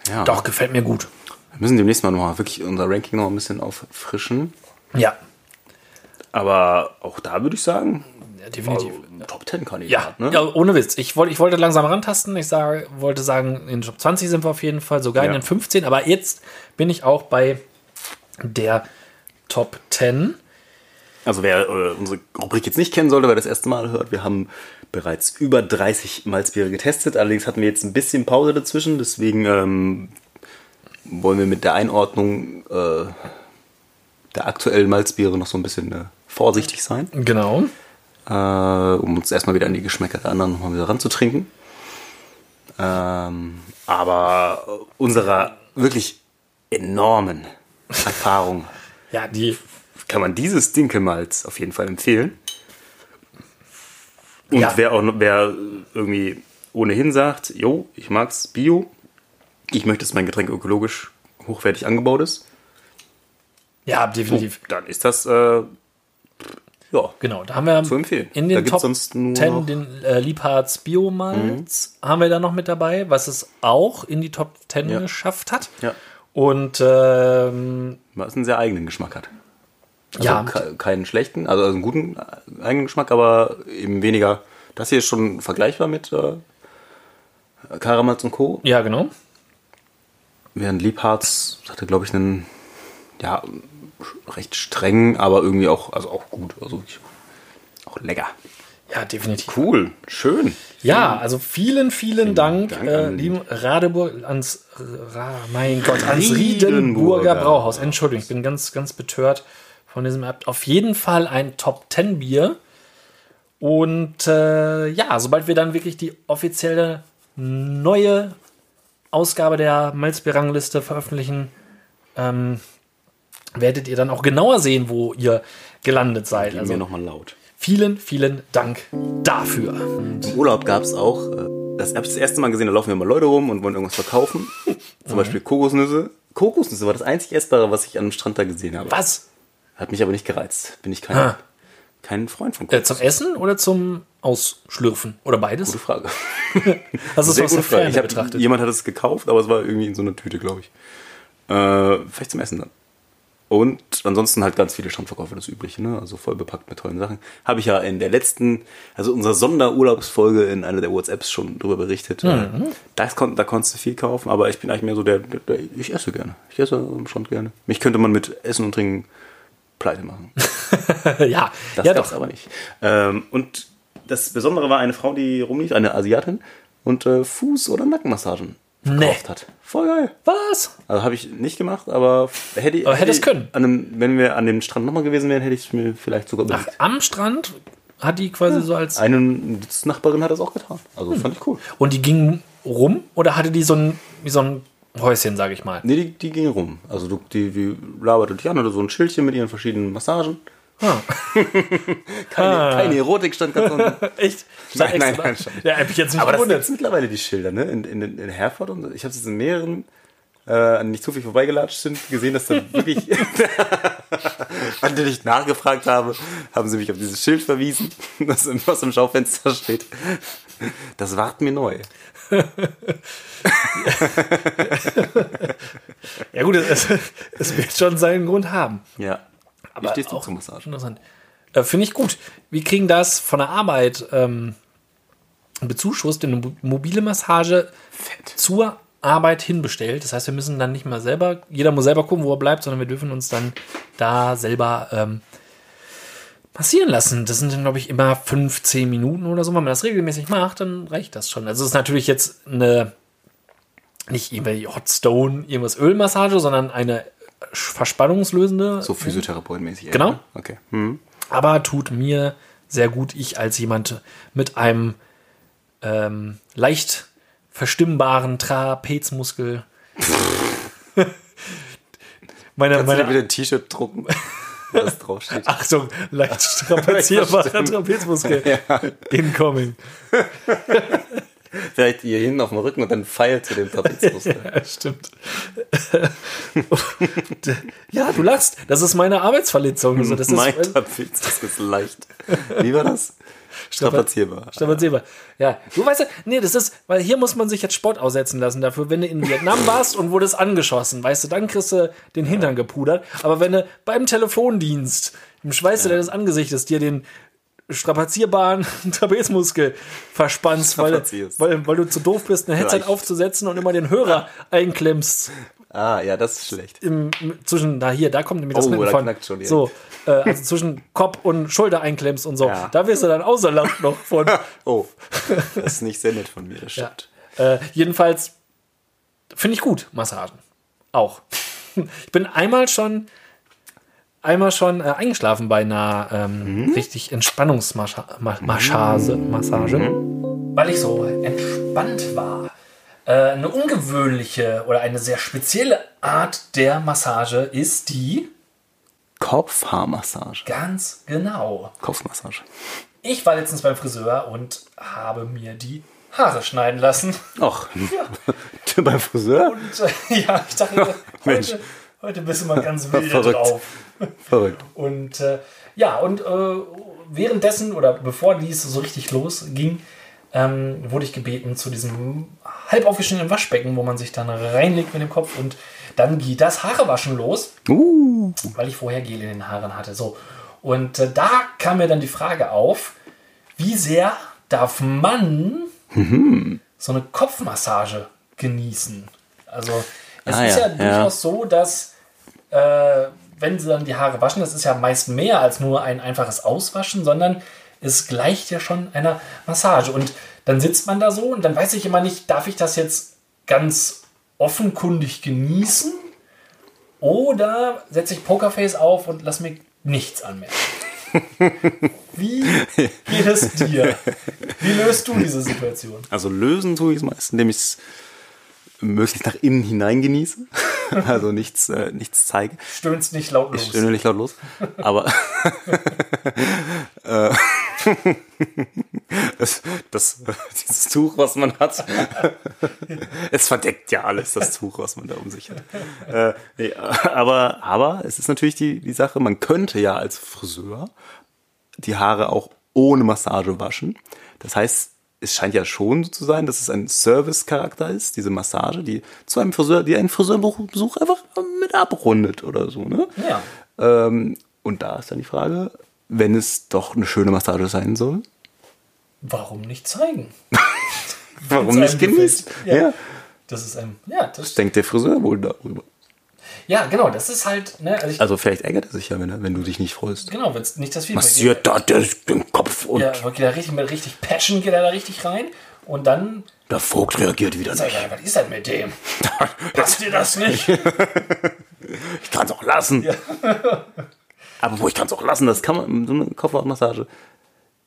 A: Ja.
B: Doch, gefällt mir gut.
A: Wir müssen demnächst mal nochmal wirklich unser Ranking noch ein bisschen auffrischen.
B: Ja,
A: Aber auch da würde ich sagen,
B: ja definitiv.
A: Top 10
B: ja,
A: Kandidat. Äh, ne?
B: ja, ohne Witz. Ich, wollt, ich wollte langsam rantasten. Ich sage, wollte sagen, in den Top 20 sind wir auf jeden Fall, sogar in
A: Ja.
B: den 15. Aber jetzt bin ich auch bei der Top 10.
A: Also wer äh, unsere Rubrik jetzt nicht kennen sollte, wer das erste Mal hört, wir haben bereits über 30 Malzbiere getestet. Allerdings hatten wir jetzt ein bisschen Pause dazwischen, deswegen ähm, wollen wir mit der Einordnung äh, der aktuellen Malzbiere noch so ein bisschen äh, vorsichtig sein,
B: Genau.
A: äh, um uns erstmal wieder an die Geschmäcker der anderen nochmal wieder ranzutrinken. Ähm, aber unserer wirklich enormen Erfahrung
B: Ja, die
A: kann man dieses Dinkelmalz auf jeden Fall empfehlen. Und
B: Ja.
A: wer auch wer irgendwie ohnehin sagt, jo, ich mag's Bio, ich möchte, dass mein Getränk ökologisch hochwertig angebaut ist, Oh.
B: Ja, definitiv.
A: dann ist das äh, Ja,
B: Genau, da haben wir
A: Zu empfehlen.
B: in
A: Da
B: den
A: gibt's
B: Top
A: sonst nur
B: 10
A: noch- Mhm.
B: den äh, Liebharz Biomalz haben wir da noch mit dabei, was es auch in die Top 10
A: Ja.
B: geschafft hat.
A: Ja.
B: Und ähm,
A: was einen sehr eigenen Geschmack hat. Also
B: ja,
A: ke keinen schlechten, also einen guten äh, eigenen Geschmack, aber eben weniger. Das hier ist schon vergleichbar mit äh, Karamals und Co.
B: ja, genau.
A: Während Liebharz hatte, glaube ich, einen ja, recht strengen, aber irgendwie auch, also auch gut. Also ich, auch lecker.
B: Ja, definitiv.
A: Cool, schön.
B: Ja, also vielen, vielen Dank,
A: Dank
B: äh,
A: an-
B: lieben Radeburg, ans, ra, mein Gott, ans
A: Riedenburger
B: Riedenburger Brauhaus. Entschuldigung, ich bin ganz, ganz betört von diesem App. Auf jeden Fall ein Top 10 Bier. Und äh, ja, sobald wir dann wirklich die offizielle neue Ausgabe der Malzbierrangliste veröffentlichen, ähm, werdet ihr dann auch genauer sehen, wo ihr gelandet seid.
A: Also,
B: Also
A: mir nochmal laut.
B: vielen, vielen Dank dafür.
A: Im Urlaub gab es auch, äh, das habe ich das erste Mal gesehen, da laufen immer Leute rum und wollen irgendwas verkaufen. Zum Beispiel Kokosnüsse. Kokosnüsse war das einzig Essbare, was ich an dem Strand da gesehen habe.
B: Was?
A: Hat mich aber nicht gereizt. Bin ich kein,
B: Ah.
A: kein Freund von
B: Äh,
A: Kokos.
B: zum Essen oder zum Ausschlürfen? Oder beides?
A: Gute Frage.
B: Das ist
A: Sehr
B: aus
A: gute Frage.
B: der Ferne
A: Ich hab,
B: betrachtet.
A: jemand hat es gekauft, aber es war irgendwie in so einer Tüte, glaube ich. Äh, vielleicht zum Essen dann. Und ansonsten halt ganz viele Strandverkäufe, das Übliche, ne? Also voll bepackt mit tollen Sachen. Habe ich ja in der letzten, also unserer Sonderurlaubsfolge in einer der WhatsApps schon drüber berichtet.
B: Mhm.
A: Äh, Das kon da konntest du viel kaufen, aber ich bin eigentlich mehr so der, der, der ich esse gerne. Ich esse am Strand gerne. Mich könnte man mit Essen und Trinken pleite machen.
B: ja,
A: Das
B: ja
A: gab's
B: doch.
A: aber nicht. Ähm, und das Besondere war eine Frau, die rumlief, eine Asiatin, und äh, Fuß- oder Nackenmassagen verkauft hat. Voll geil.
B: Was?
A: Also habe ich nicht gemacht, aber f- hätte ich.
B: Aber hätte es
A: ich-
B: können.
A: An einem, wenn wir an dem Strand nochmal gewesen wären, hätte ich es mir vielleicht sogar
B: Ach,
A: überlegt.
B: am Strand hat die quasi so als. Hm.
A: Eine Nachbarin hat das auch getan. Also fand ich cool.
B: Und die ging rum oder hatte die so ein, wie so ein Häuschen, sage ich mal?
A: Nee, die, die ging rum. Also du, die, die laberte dich an, hatte so ein Schildchen mit ihren verschiedenen Massagen.
B: Ah.
A: keine, keine Erotik stand ganz unten.
B: Echt?
A: Nein,
B: Extra-
A: nein, nein, schon.
B: Ja, hab ich jetzt nicht
A: Aber das
B: gewundert.
A: gibt's mittlerweile die Schilder, ne? In, in, in Herford und so. ich habe es jetzt in mehreren, äh, an nicht zufällig vorbeigelatscht sind, gesehen, dass da wirklich, an denen ich nachgefragt habe, haben sie mich auf dieses Schild verwiesen, das im, was im Schaufenster steht. Das ward mir neu.
B: Ja, gut, es, es wird schon seinen Grund haben.
A: Ja. Aber Wie stehst du zur Massage?
B: Interessant. Äh, Finde ich gut. Wir kriegen das von der Arbeit ähm, bezuschusst in eine mo- mobile Massage zur Arbeit hinbestellt. Das heißt, wir müssen dann nicht mal selber, jeder muss selber gucken, wo er bleibt, sondern wir dürfen uns dann da selber ähm, massieren lassen. Das sind dann, glaube ich, immer 15 Minuten oder so. Wenn man das regelmäßig macht, dann reicht das schon. Also es ist natürlich jetzt eine nicht irgendwelche Hot Stone, irgendwas Ölmassage, sondern eine äh, verspannungslösende
A: So physiotherapeutmäßig. eher,
B: Genau.
A: ne? Okay. Hm.
B: aber tut mir sehr gut. Ich als jemand mit einem ähm, leicht verstimmbaren Trapezmuskel. meine,
A: Kannst du dir
B: meine
A: wieder ein T-Shirt drucken, wo das draufsteht?
B: Achtung, leicht strapazierbarer Trapezmuskel. Incoming.
A: Vielleicht hier hinten auf dem Rücken und dann Pfeil zu dem Trapezmus.
B: Ja, stimmt. ja, du lachst. Das ist meine Arbeitsverletzung. Also das ist
A: mein Trapez, das ist leicht. Wie war das?
B: halt.
A: Strapazierbar.
B: Stefan Silber. Ja, du weißt ja, nee, das ist, weil hier muss man sich jetzt Sport aussetzen lassen dafür, wenn du in Vietnam warst und wurdest angeschossen, weißt du, dann kriegst du den Hintern gepudert. Aber wenn du beim Telefondienst im Schweiße deines Angesichtes dir den strapazierbaren Trapezmuskel verspannst, weil,
A: Strapazierst.
B: weil, weil du zu doof bist, ein Headset
A: Leicht.
B: aufzusetzen und immer den Hörer einklemmst
A: Ah, ja, das ist schlecht.
B: im, im- zwischen, da hier, da kommt nämlich das
A: Oh,
B: Nippen
A: da
B: von.
A: knackt schon jetzt.
B: so, äh, also zwischen Kopf und Schulter einklemmst und so.
A: Ja.
B: Da wirst du dann außer Land noch von.
A: Oh, das ist nicht sehr nett von mir, das
B: Ja.
A: stimmt.
B: Äh, jedenfalls finde ich gut, Massagen. Auch. Ich bin einmal schon, einmal schon äh, eingeschlafen bei einer ähm, richtig Entspannungsmassage, Massage, weil ich so entspannt war. Äh, eine ungewöhnliche oder eine sehr spezielle Art der Massage ist die
A: Kopfhaarmassage.
B: ganz genau.
A: Kopfmassage.
B: Ich war letztens beim Friseur und habe mir die Haare schneiden lassen.
A: Ach, beim Friseur?
B: Und äh, ja, ich dachte, heute,
A: Mensch.
B: Heute bist du mal ganz wild
A: Verrückt.
B: drauf.
A: Verrückt.
B: Und äh, ja, und äh, währenddessen oder bevor dies so richtig losging, ähm, wurde ich gebeten zu diesem halb aufgeschnittenen Waschbecken, wo man sich dann reinlegt mit dem Kopf und dann geht das Haarewaschen los,
A: Uh,
B: weil ich vorher Gel in den Haaren hatte. So. Und äh, da kam mir dann die Frage auf, wie sehr darf man so eine Kopfmassage genießen? Also es
A: Ah
B: ist
A: ja,
B: ja,
A: ja.
B: durchaus so, dass äh, wenn sie dann die Haare waschen, das ist ja meist mehr als nur ein einfaches Auswaschen, sondern es gleicht ja schon einer Massage. Und dann sitzt man da so und dann weiß ich immer nicht, darf ich das jetzt ganz offenkundig genießen? Oder setze ich Pokerface auf und lass mir nichts anmerken? Wie geht es dir? Wie löst du diese Situation?
A: also lösen tue ich es meist, indem ich es möglichst nach innen hinein genieße. also nichts, äh, nichts zeige.
B: Stöhnst nicht laut
A: Ich
B: los.
A: stöhne nicht laut los, aber äh, das, das, dieses Tuch, was man hat, es verdeckt ja alles, das Tuch, was man da um sich hat. Äh, nee, aber, aber es ist natürlich die, die Sache, man könnte ja als Friseur die Haare auch ohne Massage waschen. Das heißt, es scheint ja schon so zu sein, dass es ein Service-Charakter ist, diese Massage, die zu einem Friseur, die einen Friseurbesuch einfach mit abrundet oder so, ne?
B: Ja.
A: Ähm, und da ist dann die Frage, wenn es doch eine schöne Massage sein soll,
B: Warum nicht zeigen?
A: warum
B: Wenn's
A: nicht
B: einem
A: genießt?
B: gefällt.
A: Ja.
B: Ja. Das ist ein. Ja, das,
A: Was denkt der Friseur wohl darüber?
B: ja genau, das ist halt. Ne, also ich,
A: Also vielleicht ärgert er sich ja, wenn, er, wenn du dich nicht freust.
B: genau, wenn es nicht das Feedback
A: Massiert da der den Kopf und
B: Ja, geht da richtig mit richtig Passion, geht er da richtig rein. Und dann
A: der Vogt reagiert wieder
B: sag ich,
A: nicht.
B: ja, was ist denn mit dem? Passt dir das nicht?
A: Ich kann es auch lassen. Aber wo ich kann es auch lassen, das kann man, so eine Kopfhautmassage,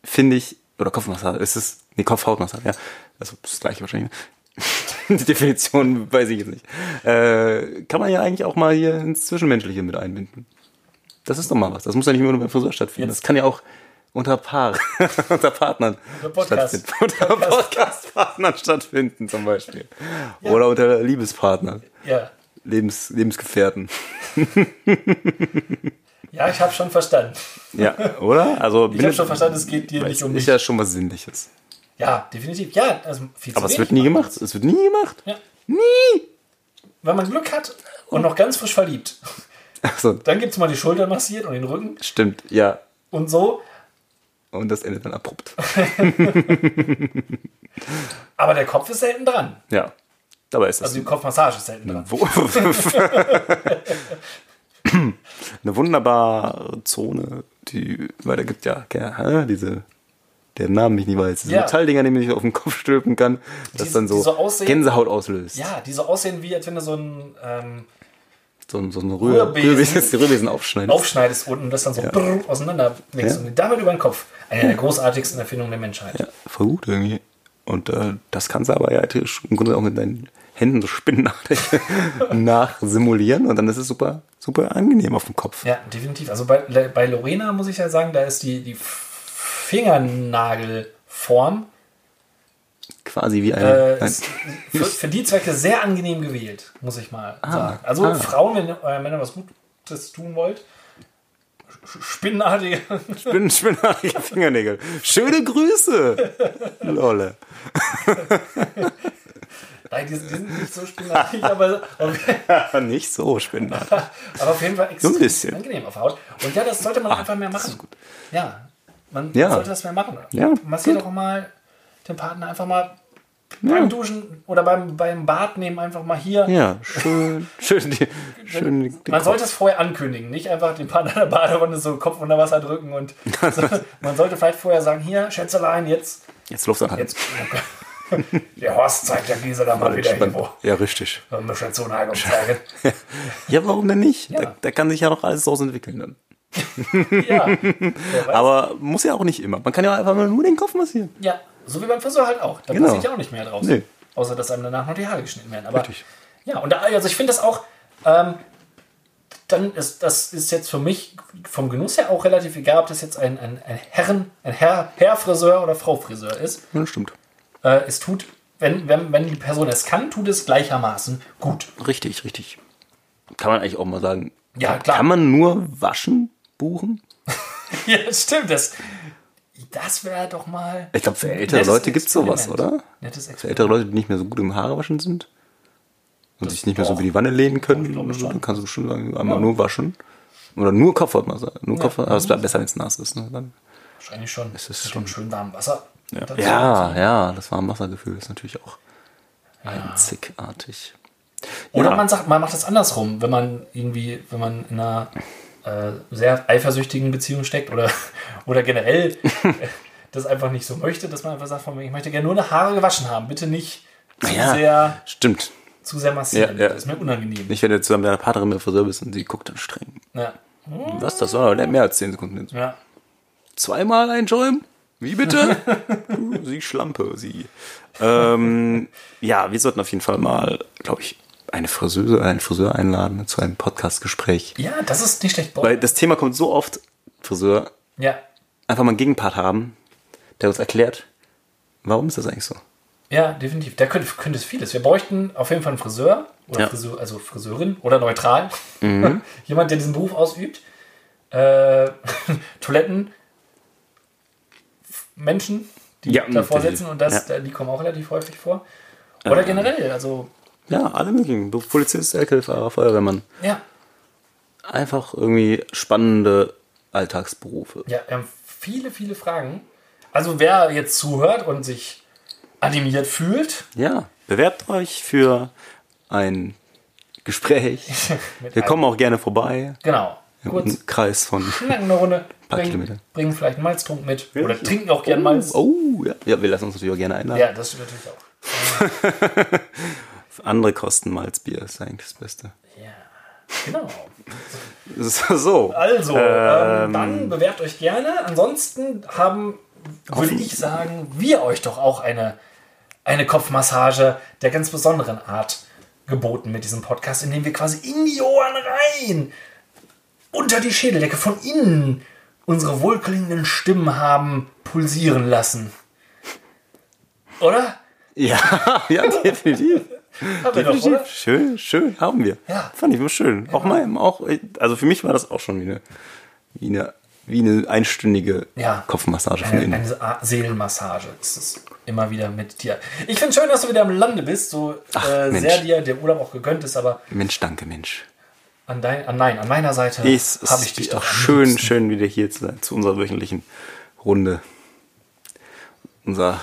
A: finde ich, oder Kopfmassage, ist es, nee, Kopfhautmassage, ja. Also das gleiche wahrscheinlich. ne? Die Definition weiß ich jetzt nicht. Äh, kann man ja eigentlich auch mal hier ins Zwischenmenschliche mit einbinden. Das ist doch mal was. Das muss ja nicht immer nur beim Friseur stattfinden.
B: Jetzt-
A: Das kann ja auch unter Paar, unter Partnern
B: Unter Podcast.
A: stattfinden. Unter Podcast-Partnern stattfinden zum Beispiel. Oder unter Liebespartnern,
B: Ja.
A: Lebens, Lebensgefährten.
B: Ja, ich habe schon verstanden.
A: Ja, oder? Also
B: Ich habe schon verstanden, es geht dir nicht
A: ist,
B: um
A: ist
B: mich.
A: ja schon was Sinnliches.
B: Ja, definitiv. Ja, also viel zu
A: Aber es
B: wenig.
A: wird nie gemacht. Es wird nie gemacht.
B: Ja.
A: Nie!
B: Wenn man Glück hat und noch ganz frisch verliebt,
A: Achso,
B: dann gibt es mal die Schultern massiert und den Rücken
A: Also, stimmt, ja.
B: und so.
A: Und das endet dann abrupt.
B: Aber der Kopf ist selten dran.
A: Ja. Dabei ist das
B: Also die Kopfmassage ist selten dran.
A: wo- eine wunderbare Zone, die weitergibt, ja, ja, diese, deren Namen ich nie weiß, diese
B: Ja.
A: Metalldinger, die man sich auf den Kopf stülpen kann, das
B: Die-
A: dann
B: die
A: so,
B: so aussehen-
A: Gänsehaut auslöst.
B: Ja, die so aussehen wie, als wenn du so ein ähm,
A: So, ein- so ein Rühr
B: Rührbesen.
A: Rührbesen, Rührbesen aufschneidest.
B: aufschneidest unten und das dann so brrr, auseinander legst
A: Ja.
B: und dir damit über den Kopf. Eine der großartigsten Erfindungen der Menschheit.
A: Ja, voll gut irgendwie. Und äh, das kannst du aber ja theoretisch im Grunde auch mit deinen Händen so spinnenartig nachsimulieren und dann ist es super, super angenehm auf dem Kopf.
B: Ja, definitiv. Also bei, bei Lorena muss ich ja sagen, da ist die, die Fingernagelform
A: Quasi wie eine.
B: äh,
A: nein,
B: ist für, für die Zwecke sehr angenehm gewählt, muss ich mal sagen. Also
A: ah.
B: Frauen, wenn ihr euren Männern was Gutes tun wollt, sch- spinnenartige
A: spinnen, spinnenartige Fingernägel. Schöne Grüße! Lolle.
B: Nein, die sind, die sind nicht so spinnenartig, aber, aber
A: Nicht so spinnenartig.
B: auf jeden Fall extrem
A: bisschen. Ah,
B: angenehm auf der Haut. Und ja, das sollte man einfach mehr machen. Ja, man
A: Ja.
B: sollte das mehr machen.
A: Ja,
B: Massiert
A: gut.
B: doch mal den Partner einfach mal
A: Ja.
B: beim Duschen oder beim, beim Bad nehmen, einfach mal hier.
A: ja, schön. Schön, die, schön den
B: Man
A: Kopf.
B: sollte es vorher ankündigen, nicht einfach den Partner in der Badewanne so Kopf unter Wasser drücken und so, man sollte vielleicht vorher sagen, hier, Schätzelein, jetzt,
A: Jetzt Luft anhalten.
B: jetzt der Horst zeigt der Gisela mal wieder
A: Entspannt.
B: irgendwo.
A: Ja, richtig.
B: Wenn wir Schätzelein zeigen.
A: Ja, warum denn nicht?
B: Ja.
A: Da, da kann sich ja noch alles draus entwickeln dann.
B: Ja,
A: Aber muss ja auch nicht immer. Man kann ja einfach nur den Kopf massieren.
B: Ja, so wie beim Friseur halt auch. Da
A: Genau.
B: muss ich auch nicht mehr draus.
A: Nee.
B: Außer, dass einem danach noch die Haare geschnitten werden. Aber
A: Richtig.
B: ja, und da, also ich finde das auch, ähm, dann ist das ist jetzt für mich vom Genuss her auch relativ egal, ob das jetzt ein, ein, ein Herren, ein Herr, Herr Friseur oder Frau Friseur ist.
A: Ja, stimmt.
B: Äh, es tut, wenn, wenn, wenn die Person es kann, tut es gleichermaßen gut.
A: Richtig, richtig. Kann man eigentlich auch mal sagen.
B: Ja, klar.
A: Kann man nur Waschen buchen?
B: Ja, stimmt. Das, das wäre doch mal.
A: Ich glaube, für ältere
B: Nettes
A: Leute gibt es sowas,
B: Experiment.
A: oder?
B: Nettes
A: Für
B: Experiment.
A: ältere Leute, die nicht mehr so gut im Haarewaschen sind und sich nicht mehr so über die Wanne lehnen können,
B: glaube
A: oder so,
B: schon.
A: dann kannst du bestimmt sagen, einmal nur waschen. Oder nur Kopf, wollte man sagen. Nur Kopf, aber es
B: Mhm.
A: bleibt besser, wenn es nass ist. Ne? Dann,
B: Wahrscheinlich schon.
A: Es ist
B: Mit dem schönen warmen Wasser.
A: ja.
B: Dazu.
A: ja, ja, das warme Wassergefühl ist natürlich auch einzigartig.
B: Oder
A: Ja.
B: man sagt, man macht das andersrum, wenn man irgendwie, wenn man in einer äh, sehr eifersüchtigen Beziehung steckt oder, oder generell äh, das einfach nicht so möchte, dass man einfach sagt, von wegen, ich möchte gerne nur eine Haare gewaschen haben, bitte nicht zu
A: Ja,
B: sehr
A: stimmt.
B: zu sehr massieren.
A: Ja, ja.
B: Das ist mir unangenehm.
A: Nicht, wenn du zusammen mit deiner Partnerin mit Friseur bist und sie guckt dann streng.
B: Ja. Mhm.
A: Was, das war noch mehr als 10 Sekunden. Jetzt.
B: Ja.
A: Zweimal einschäumen? Wie bitte? Uh, sie Schlampe, sie. Ähm, ja, wir sollten auf jeden Fall mal, glaube ich, eine Friseuse, einen Friseur einladen zu einem Podcast-Gespräch.
B: ja, das ist nicht schlecht.
A: Weil das Thema kommt so oft, Friseur,
B: Ja,
A: einfach mal einen Gegenpart haben, der uns erklärt, warum ist das eigentlich so?
B: ja, definitiv. Da könnte, könnte es vieles. Wir bräuchten auf jeden Fall einen Friseur oder
A: Ja. Mhm.
B: Friseur, also Friseurin oder neutral. Jemand, der diesen Beruf ausübt. Äh, Toiletten, Menschen, die
A: Ja, Ähm.
B: davor
A: definitiv.
B: sitzen und das, die kommen auch relativ häufig vor. Oder generell, also
A: Ja, alle möglichen. Polizist, LKW-Fahrer, Feuerwehrmann.
B: ja,
A: Einfach irgendwie spannende Alltagsberufe.
B: ja, wir haben viele, viele Fragen. Also wer jetzt zuhört und sich animiert fühlt,
A: Ja, bewerbt euch für ein Gespräch.
B: mit
A: Wir
B: einem-
A: kommen auch gerne vorbei.
B: genau, kurz
A: Im Kreis von.
B: knacken eine Runde,
A: paar
B: bringen,
A: Kilometer.
B: bringen vielleicht einen Malztrunk mit oder trinken auch gern Malz.
A: Oh, ja. ja, wir lassen uns natürlich auch gerne einladen.
B: Ja, das stimmt natürlich auch.
A: Andere kosten Malzbier, ist eigentlich das Beste.
B: Ja, genau.
A: So.
B: Also, ähm, dann bewerbt euch gerne. Ansonsten haben, würde
A: Hoffen-
B: ich sagen, wir euch doch auch eine, eine Kopfmassage der ganz besonderen Art geboten mit diesem Podcast, indem wir quasi in die Ohren rein, unter die Schädeldecke von innen unsere wohlklingenden Stimmen haben pulsieren lassen. Oder?
A: Ja, ja, definitiv.
B: Haben wir doch, oder?
A: definitiv. Schön, schön, haben wir.
B: Ja.
A: Fand ich immer schön. Auch mal, auch, also für mich war das auch schon wie eine, wie eine, wie eine einstündige
B: Ja. Äh,
A: Kopfmassage von
B: Eine,
A: innen.
B: eine A- Seelenmassage. Das ist immer wieder mit dir. Ich finde schön, dass du wieder im Lande bist, so äh,
A: Mensch.
B: sehr dir der Urlaub auch gegönnt ist, aber
A: Mensch, danke, Mensch.
B: an, dein, an, nein, an meiner Seite habe
A: Es ist
B: ich dich doch
A: auch
B: am
A: schön,
B: liebsten.
A: schön wieder hier zu sein, zu unserer wöchentlichen Runde. Unser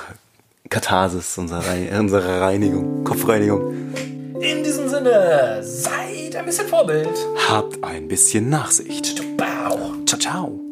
A: Katharsis, unsere, Rei- unsere Reinigung, Kopfreinigung.
B: In diesem Sinne, seid ein bisschen Vorbild.
A: Habt ein bisschen Nachsicht.
B: Wow.
A: Ciao, ciao.